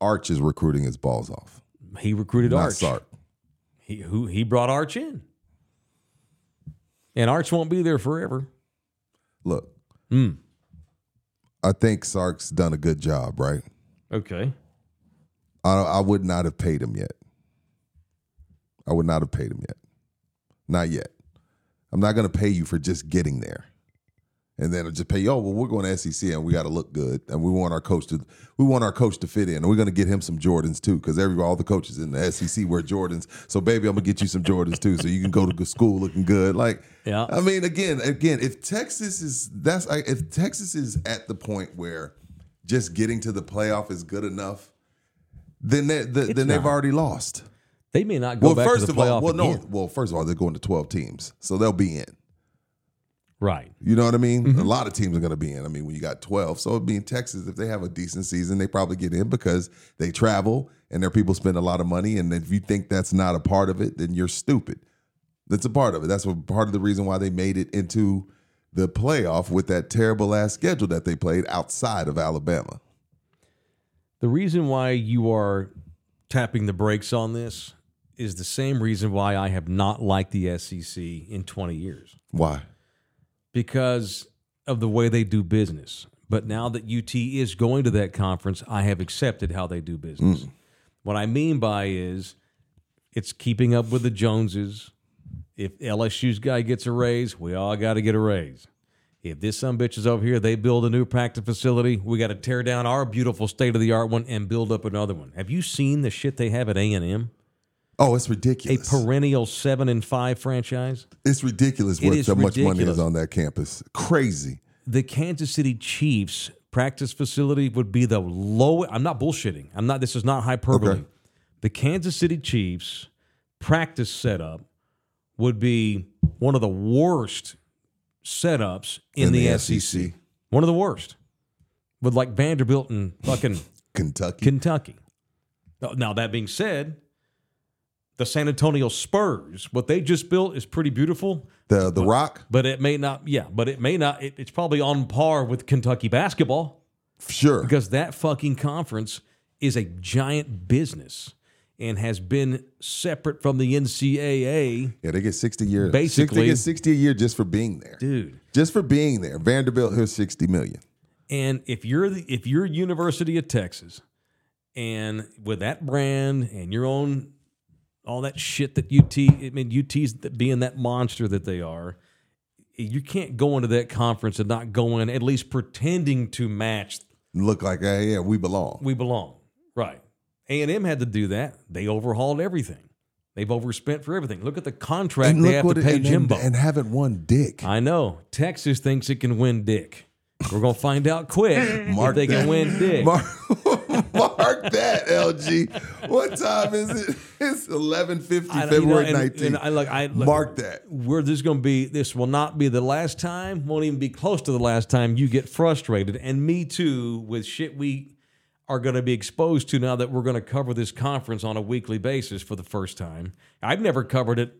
Speaker 3: Arch is recruiting his balls off.
Speaker 2: He recruited
Speaker 3: Not
Speaker 2: Arch.
Speaker 3: Sark.
Speaker 2: He who he brought Arch in, and Arch won't be there forever.
Speaker 3: Look,
Speaker 2: Hmm.
Speaker 3: I think Sark's done a good job, right?
Speaker 2: Okay.
Speaker 3: I, I would not have paid him yet. I would not have paid him yet. Not yet. I'm not going to pay you for just getting there. And then I'll just pay you, oh, well, we're going to SEC and we got to look good. And we want our coach to we want our coach to fit in. And we're going to get him some Jordans too, because every all the coaches in the SEC wear Jordans. So baby, I'm gonna get you some Jordans too. So you can go to good school looking good. Like
Speaker 2: Yeah.
Speaker 3: I mean, again, again, if Texas is that's I- if Texas is at the point where just getting to the playoff is good enough, then they, the, then they've
Speaker 2: not.
Speaker 3: already lost.
Speaker 2: They may not go
Speaker 3: Well,
Speaker 2: back
Speaker 3: first
Speaker 2: to the
Speaker 3: of
Speaker 2: playoff
Speaker 3: all, well, no,
Speaker 2: again.
Speaker 3: well, first of all, they're going to 12 teams, so they'll be in.
Speaker 2: Right.
Speaker 3: You know what I mean?
Speaker 2: Mm-hmm.
Speaker 3: A lot of teams are going to be in. I mean, when you got 12, so it being Texas, if they have a decent season, they probably get in because they travel and their people spend a lot of money. And if you think that's not a part of it, then you're stupid. That's a part of it. That's what part of the reason why they made it into the playoff with that terrible ass schedule that they played outside of Alabama.
Speaker 2: The reason why you are tapping the brakes on this is the same reason why I have not liked the SEC in 20 years
Speaker 3: Why?
Speaker 2: because of the way they do business. But now that UT is going to that conference, I have accepted how they do business. What I mean by is it's keeping up with the Joneses. If LSU's guy gets a raise, we all got to get a raise. If this some bitch is over here, they build a new practice facility. We got to tear down our beautiful state of the art one and build up another one. Have you seen the shit they have at A and M?
Speaker 3: Oh, it's
Speaker 2: A
Speaker 3: ridiculous.
Speaker 2: perennial seven and five franchise.
Speaker 3: it's ridiculous
Speaker 2: It
Speaker 3: what
Speaker 2: is
Speaker 3: so much money
Speaker 2: ridiculous.
Speaker 3: is on that campus. Crazy.
Speaker 2: the Kansas City Chiefs practice facility would be the lowest. I'm not bullshitting. I'm not. This is not hyperbole.
Speaker 3: Okay.
Speaker 2: The Kansas City Chiefs practice setup would be one of the worst setups in,
Speaker 3: In
Speaker 2: the, E
Speaker 3: the E
Speaker 2: SEC.
Speaker 3: SEC.
Speaker 2: One of the worst. With like Vanderbilt and fucking
Speaker 3: Kentucky.
Speaker 2: Kentucky. Now- Now that being said, the San Antonio Spurs, what they just built is pretty beautiful.
Speaker 3: the the Rock?
Speaker 2: But it may not, yeah, but it may not, it, it's probably on par with Kentucky basketball
Speaker 3: Sure.
Speaker 2: because that fucking conference is a giant business. and has been separate from the NCAA.
Speaker 3: Yeah, they get 60 years.
Speaker 2: Basically-
Speaker 3: they get 60 a year just for being there.
Speaker 2: Dude.
Speaker 3: Just for being there. Vanderbilt here's 60 million.
Speaker 2: And if you're the, if you're University of Texas, and with that brand and your own all that shit that UT, I mean UT's th- being that monster that they are, you can't go into that conference and not go in at least pretending to match
Speaker 3: Look like, hey, yeah, we belong.
Speaker 2: we belong. Right. A and M had to do that. They overhauled everything. They've overspent for everything. Look at the contract they have to
Speaker 3: it-
Speaker 2: pay
Speaker 3: and,
Speaker 2: Jimbo. Uh.
Speaker 3: and haven't won dick.
Speaker 2: I know Texas thinks it can win dick. We're gonna find out quick if
Speaker 3: Mark
Speaker 2: they
Speaker 3: that.
Speaker 2: can win dick.
Speaker 3: Mark, mark that, LG. What time is it? It's 11:50
Speaker 2: I- you know,
Speaker 3: February
Speaker 2: and-
Speaker 3: 19th.
Speaker 2: and I look, I look-
Speaker 3: mark that.
Speaker 2: We're this is gonna be. This will not be the last time. Won't even be close to the last time you get frustrated, and me too, with shit we are going to be exposed to now that we're going to cover this conference on a weekly basis for the first time. I've never covered it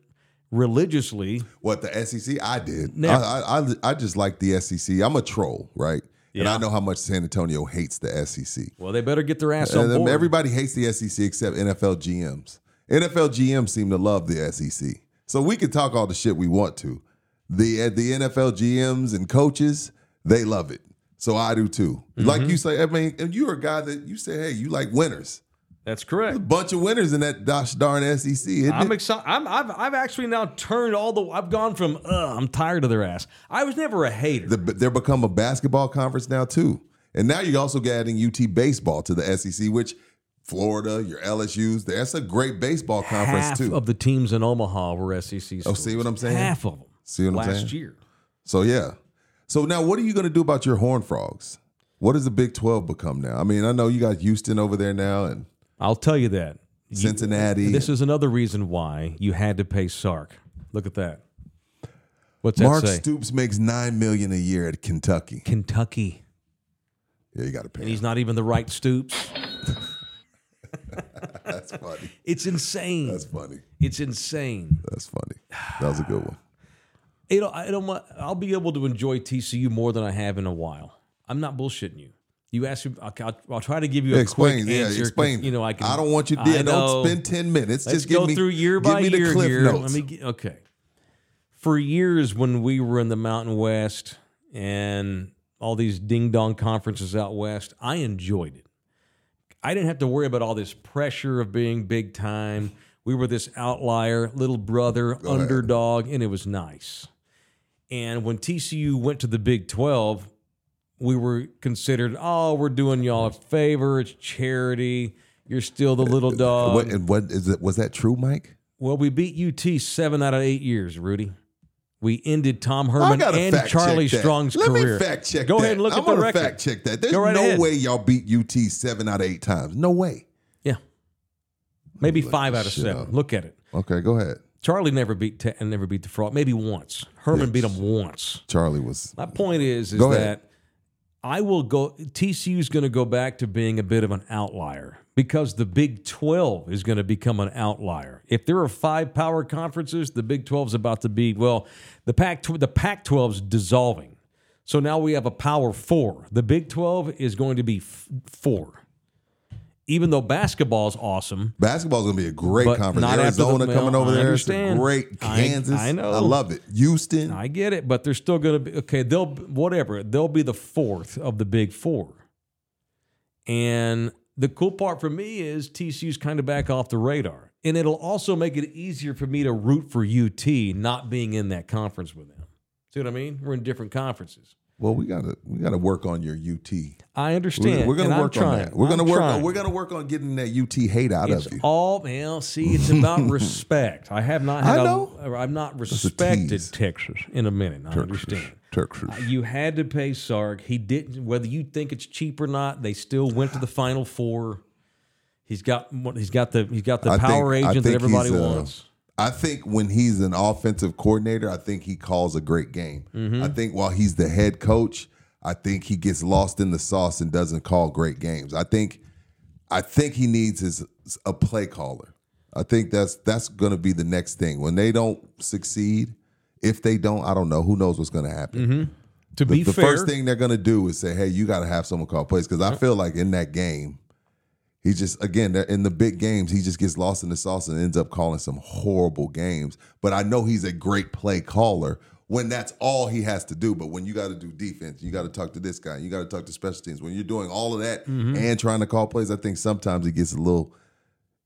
Speaker 2: religiously.
Speaker 3: What the SEC? I did.
Speaker 2: Never.
Speaker 3: I, I I I just like the SEC. I'm a troll, right? And
Speaker 2: Yeah.
Speaker 3: I know how much San Antonio hates the E SEC.
Speaker 2: Well, they better get their ass
Speaker 3: And
Speaker 2: on
Speaker 3: Uh, them-
Speaker 2: board.
Speaker 3: everybody hates the SEC except NFL GMs. NFL GMs seem to love the SEC. So we can talk all the shit we want to. The uh, the NFL GMs and coaches, they love it. So I do too.
Speaker 2: Mm-hmm.
Speaker 3: Like you say, I mean, and you're a guy that you say, hey, you like winners.
Speaker 2: That's correct.
Speaker 3: Bunch of winners in that gosh darn SEC. isn't
Speaker 2: I'm
Speaker 3: it?
Speaker 2: excited. I'm, I've, I've actually now turned all the. I've gone from. Ugh, I'm tired of their ass. I was never a hater.
Speaker 3: The- but they're become a basketball conference now too. And now you're also adding UT baseball to the SEC, which Florida, your LSU's, that's a great baseball conference
Speaker 2: Half
Speaker 3: too.
Speaker 2: of the teams in Omaha were SEC. Schools.
Speaker 3: Oh, see what I'm saying?
Speaker 2: Half of them.
Speaker 3: See what I'm
Speaker 2: last
Speaker 3: saying?
Speaker 2: year.
Speaker 3: So yeah. So now what are you going to do about your Horn Frogs? What does the Big 12 become now? I mean, I know you got Houston over there now and
Speaker 2: I'll tell you that. You-
Speaker 3: Cincinnati.
Speaker 2: this is another reason why you had to pay Sark. Look at that. What's that
Speaker 3: Mark
Speaker 2: say?
Speaker 3: Stoops makes 9 million a year at Kentucky.
Speaker 2: Kentucky.
Speaker 3: Yeah, you got to pay.
Speaker 2: And
Speaker 3: him.
Speaker 2: he's not even the right Stoops.
Speaker 3: That's funny.
Speaker 2: It's insane.
Speaker 3: That's funny.
Speaker 2: it's insane.
Speaker 3: That's funny. That was a good one.
Speaker 2: It'll, it'll, I'll be able to enjoy TCU more than I have in a while. I'm not bullshitting you. You asked me. I'll, I'll- I'll try to give you a
Speaker 3: explain.
Speaker 2: quick
Speaker 3: Yeah,
Speaker 2: answer 'cause,
Speaker 3: explain.
Speaker 2: You know, I can.
Speaker 3: I don't want you to.
Speaker 2: I
Speaker 3: Yeah,
Speaker 2: know.
Speaker 3: don't spend 10 minutes.
Speaker 2: Let's
Speaker 3: Just give
Speaker 2: go
Speaker 3: me,
Speaker 2: through year
Speaker 3: give
Speaker 2: by
Speaker 3: me the
Speaker 2: year
Speaker 3: cliff
Speaker 2: here.
Speaker 3: notes.
Speaker 2: Let me get, okay. For years, when we were in the Mountain West and all these ding dong conferences out west, I enjoyed it. I didn't have to worry about all this pressure of being big time. We were this outlier, little brother,
Speaker 3: ahead.
Speaker 2: underdog, and it was nice. And when TCU went to the Big 12, we were considered, oh, we're doing y'all a favor. It's charity. You're still the little dog.
Speaker 3: what, and what is it? Was that true, Mike?
Speaker 2: Well, we beat UT seven out of eight years, Rudy. We ended Tom
Speaker 3: I
Speaker 2: Herman
Speaker 3: gotta
Speaker 2: and
Speaker 3: fact
Speaker 2: Charlie
Speaker 3: check that.
Speaker 2: Strong's
Speaker 3: Let
Speaker 2: career.
Speaker 3: me fact check.
Speaker 2: Go
Speaker 3: that.
Speaker 2: ahead and look
Speaker 3: I
Speaker 2: at the
Speaker 3: wanna
Speaker 2: record.
Speaker 3: fact check that. There's
Speaker 2: Go right
Speaker 3: no
Speaker 2: ahead.
Speaker 3: way y'all beat UT seven out of eight times. No way.
Speaker 2: Yeah, maybe five
Speaker 3: this
Speaker 2: out of
Speaker 3: shit
Speaker 2: seven.
Speaker 3: up.
Speaker 2: Look at it.
Speaker 3: Okay, go ahead.
Speaker 2: Charlie never beat Te- and never beat the Frog. Maybe once. Herman beat him once.
Speaker 3: Charlie was
Speaker 2: My point is, is
Speaker 3: Go
Speaker 2: that
Speaker 3: ahead.
Speaker 2: I will go. TCU is going to go back to being a bit of an outlier because the Big Twelve is going to become an outlier. If there are five power conferences, the Big 12 is about to be well. The Pac the Pac 12's dissolving, so now we have a Power Four. The Big Twelve is going to be f- four. Even though basketball's awesome,
Speaker 3: basketball's gonna be a great
Speaker 2: But
Speaker 3: conference.
Speaker 2: not after the-
Speaker 3: Arizona
Speaker 2: well,
Speaker 3: coming over
Speaker 2: I
Speaker 3: there. It's
Speaker 2: understand.
Speaker 3: a great
Speaker 2: I-
Speaker 3: Kansas.
Speaker 2: I know.
Speaker 3: love it. Houston.
Speaker 2: I get it, but they're still going to be okay. They'll whatever. They'll be the fourth of the big four. And the cool part for me is TCU's kind of back off the radar, and it'll also make it easier for me to root for UT not being in that conference with them. See what I mean? We're in different conferences.
Speaker 3: well, we gotta we gotta work on your UT.
Speaker 2: I understand.
Speaker 3: We're, we're gonna
Speaker 2: and I'm
Speaker 3: work on
Speaker 2: trying.
Speaker 3: that. We're gonna
Speaker 2: I'm
Speaker 3: work on
Speaker 2: trying.
Speaker 3: we're gonna work on getting that UT hate out
Speaker 2: It's
Speaker 3: of you.
Speaker 2: all well. See, it's about respect. I have not. Had
Speaker 3: I
Speaker 2: a-
Speaker 3: know.
Speaker 2: I've not
Speaker 3: a
Speaker 2: respected
Speaker 3: tease.
Speaker 2: Texas in a minute. I understand. Uh,
Speaker 3: Texas.
Speaker 2: You had to pay Sark. He didn't. Whether you think it's cheap or not, they still went to the Final Four. He's got. what- He's got the. He's got the
Speaker 3: I think-
Speaker 2: power
Speaker 3: I
Speaker 2: agent that
Speaker 3: think he's,
Speaker 2: everybody
Speaker 3: uh,
Speaker 2: wants.
Speaker 3: I think when he's an offensive coordinator, I think he calls a great game. I think while he's the head coach, I think he gets lost in the sauce and doesn't call great games. I think I think he needs his a play caller. I think that's that's going to be the next thing. When they don't succeed, if they don't, I don't know who knows what's going to happen.
Speaker 2: To
Speaker 3: The,
Speaker 2: be
Speaker 3: the
Speaker 2: fair,
Speaker 3: first thing they're going to do is say, "Hey, you got to have someone call plays," because I feel like in that game, He just again that- in the big games, he just gets lost in the sauce and ends up calling some horrible games. But I know he's a great play caller when that's all he has to do. But when you got to do defense, you got to talk to this guy, you got to talk to special teams. When you're doing all of that
Speaker 2: Mm-hmm.
Speaker 3: and trying to call plays, I think sometimes he gets a little.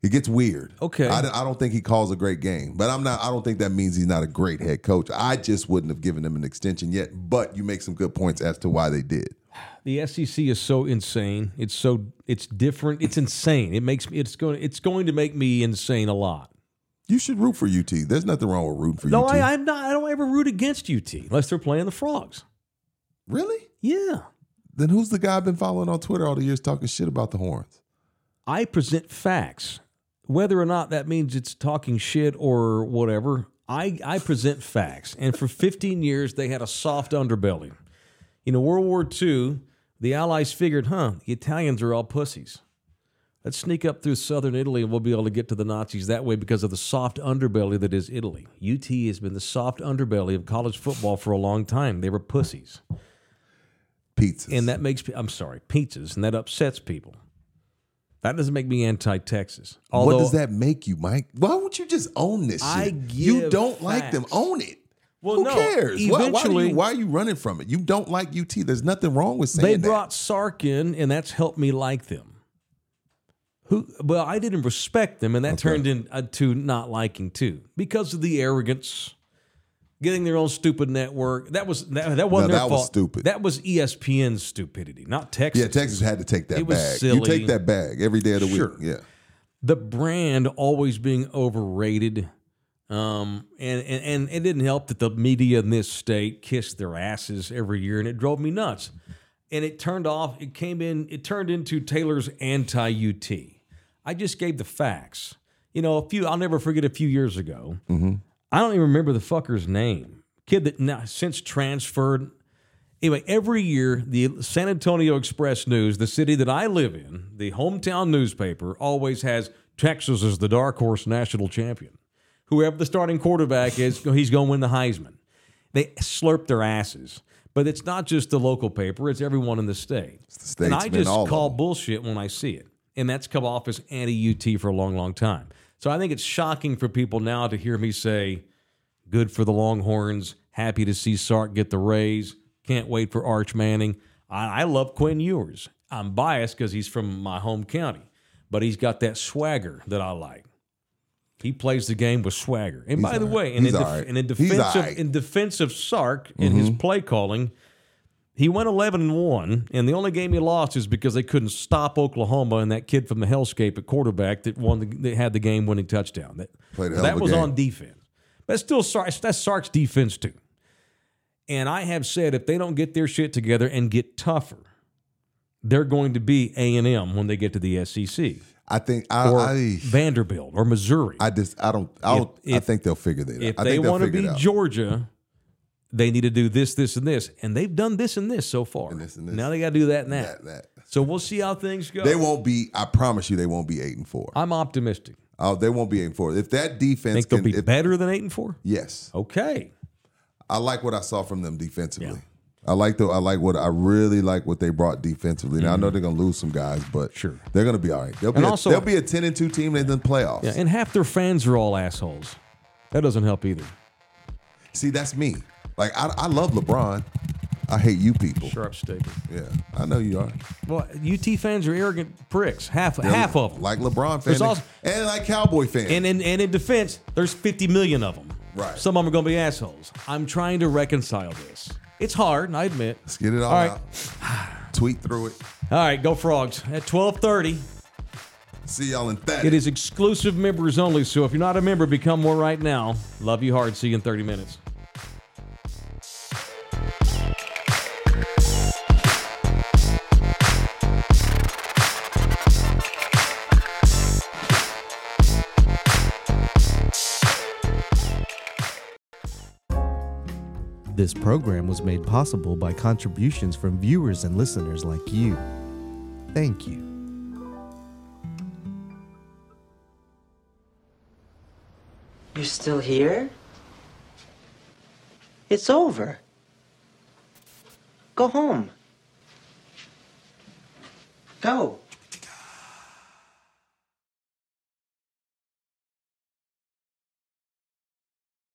Speaker 3: It gets weird.
Speaker 2: Okay.
Speaker 3: I, d- I don't think he calls a great game, but I'm not. I don't think that means he's not a great head coach. I just wouldn't have given him an extension yet. But you make some good points as to why they did.
Speaker 2: The SEC is so insane. It's so it's different. It's insane. It makes me. It's going. It's going to make me insane a lot. You
Speaker 3: should root for UT. There's nothing wrong with rooting for
Speaker 2: No,
Speaker 3: UT.
Speaker 2: I, I'm not. I don't ever root against UT unless they're playing the frogs.
Speaker 3: really?
Speaker 2: Yeah,
Speaker 3: Then who's the guy I've been following on Twitter all the years talking shit about the horns?
Speaker 2: I present facts, whether or not that means it's talking shit or whatever. I I present facts, and for 15 years they had a soft underbelly. You know, World War II, the Allies figured, huh, the Italians are all pussies. Let's sneak up through southern Italy and we'll be able to get to the Nazis that way because of the soft underbelly that is Italy. UT has been the soft underbelly of college football for a long time. They were pussies.
Speaker 3: Pizzas.
Speaker 2: And that makes, pe- I'm sorry, pizzas, and that upsets people. That doesn't make me anti Texas.
Speaker 3: what does that make you, Mike? Why would you just own this shit?
Speaker 2: I
Speaker 3: you
Speaker 2: give
Speaker 3: don't like them.
Speaker 2: facts.
Speaker 3: Own it.
Speaker 2: Well,
Speaker 3: Who
Speaker 2: no,
Speaker 3: cares? Why, why, do
Speaker 2: eventually-
Speaker 3: you, why are you running from it? You don't like UT. There's nothing wrong with saying
Speaker 2: They
Speaker 3: that.
Speaker 2: brought Sark in, and that's helped me like them. Who? Well, I didn't respect them, and that turned into not liking too because of the arrogance, getting their own stupid network. That was that, that wasn't
Speaker 3: No,
Speaker 2: their
Speaker 3: that was
Speaker 2: fault.
Speaker 3: stupid.
Speaker 2: That was E ESPN's stupidity, not Texas.
Speaker 3: Yeah, Texas had to take that
Speaker 2: It was
Speaker 3: bag. You
Speaker 2: silly.
Speaker 3: take that bag every day of the
Speaker 2: Sure.
Speaker 3: week. Yeah.
Speaker 2: the brand always being overrated. Um, and, and, and it didn't help that the media in this state kissed their asses every year and it drove me nuts. And it turned off, it came in, it turned into Taylor's anti UT. I just gave the facts. You know, a few, I'll never forget a few years ago. I don't even remember the fucker's name. Kid that now since transferred. Anyway, every year, the San Antonio Express News, the city that I live in, the hometown newspaper, always has Texas as the dark horse national champion. Whoever the starting quarterback is, he's going to win the Heisman. They slurp their asses. But it's not just the local paper, it's everyone in the state.
Speaker 3: It's the
Speaker 2: and
Speaker 3: states,
Speaker 2: I
Speaker 3: man,
Speaker 2: just
Speaker 3: all of
Speaker 2: call
Speaker 3: them.
Speaker 2: bullshit when I see it. And that's come off as anti UT for a long, long time. So I think it's shocking for people now to hear me say, good for the Longhorns. Happy to see Sark get the raise. Can't wait for Arch Manning. I, I love Quinn Ewers. I'm biased because he's from my home county, but he's got that swagger that I like. He plays the game with swagger. And by the
Speaker 3: alright.
Speaker 2: way, and in,
Speaker 3: He's
Speaker 2: def-
Speaker 3: alright.
Speaker 2: and in
Speaker 3: He's Mm-hmm.
Speaker 2: defense of
Speaker 3: alright.
Speaker 2: in defense of Sark in his play calling, he went 11 and 1, and the only game he lost is because they couldn't stop Oklahoma and that kid from the hellscape at quarterback that won the, that had the game winning touchdown. That
Speaker 3: Played a hell
Speaker 2: that
Speaker 3: of a
Speaker 2: was
Speaker 3: game.
Speaker 2: on defense. That's still Sark, that's Sark's defense too. And I have said if they don't get their shit together and get tougher, they're going to be A and M when they get to the SEC
Speaker 3: I think I
Speaker 2: or
Speaker 3: I,
Speaker 2: Vanderbilt or Missouri.
Speaker 3: I just I don't I don't
Speaker 2: If-
Speaker 3: I
Speaker 2: if-
Speaker 3: think they'll figure that
Speaker 2: if
Speaker 3: out. I
Speaker 2: they
Speaker 3: think they'll
Speaker 2: want to
Speaker 3: figure it
Speaker 2: be
Speaker 3: out.
Speaker 2: Georgia, they need to do this, this, and this, and they've done this and this so far.
Speaker 3: this and this.
Speaker 2: Now they got to do that and that.
Speaker 3: That- that.
Speaker 2: So we'll see how things go.
Speaker 3: They won't be. I promise you, they won't be eight and four.
Speaker 2: I'm optimistic.
Speaker 3: Oh, they won't be eight and four. If that defense
Speaker 2: Think they'll
Speaker 3: can,
Speaker 2: be
Speaker 3: if-
Speaker 2: better than eight and four.
Speaker 3: yes,
Speaker 2: Okay,
Speaker 3: I like what I saw from them defensively. I like the. I like what I really like what they brought defensively. Now I know they're gonna lose some guys, but
Speaker 2: Mm-hmm. Sure.
Speaker 3: they're gonna be all right. They'll be.
Speaker 2: And
Speaker 3: a,
Speaker 2: also-
Speaker 3: they'll be a ten and two team in the playoffs.
Speaker 2: yeah, and half their fans are all assholes. That doesn't help either.
Speaker 3: See, that's me. Like I, I love LeBron. I hate you people.
Speaker 2: Sharp statement.
Speaker 3: Yeah, I know you are.
Speaker 2: Well, UT fans are arrogant pricks. Half, half of them.
Speaker 3: Like LeBron
Speaker 2: There's
Speaker 3: fans
Speaker 2: also-
Speaker 3: and like Cowboy fans.
Speaker 2: And in, and in defense, there's 50 million of them.
Speaker 3: Right.
Speaker 2: Some of them are going to be assholes. I'm trying to reconcile this. It's hard, I admit.
Speaker 3: Let's get it all,
Speaker 2: All right.
Speaker 3: out. Tweet through it.
Speaker 2: All right, go Frogs. At 1230,
Speaker 3: See y'all in that.
Speaker 2: it is exclusive members only. So if you're not a member, become one right now. Love you hard. See you in 30 minutes.
Speaker 7: This program was made possible by contributions from viewers and listeners like you. Thank you.
Speaker 8: You're still here? It's over. Go home. Go.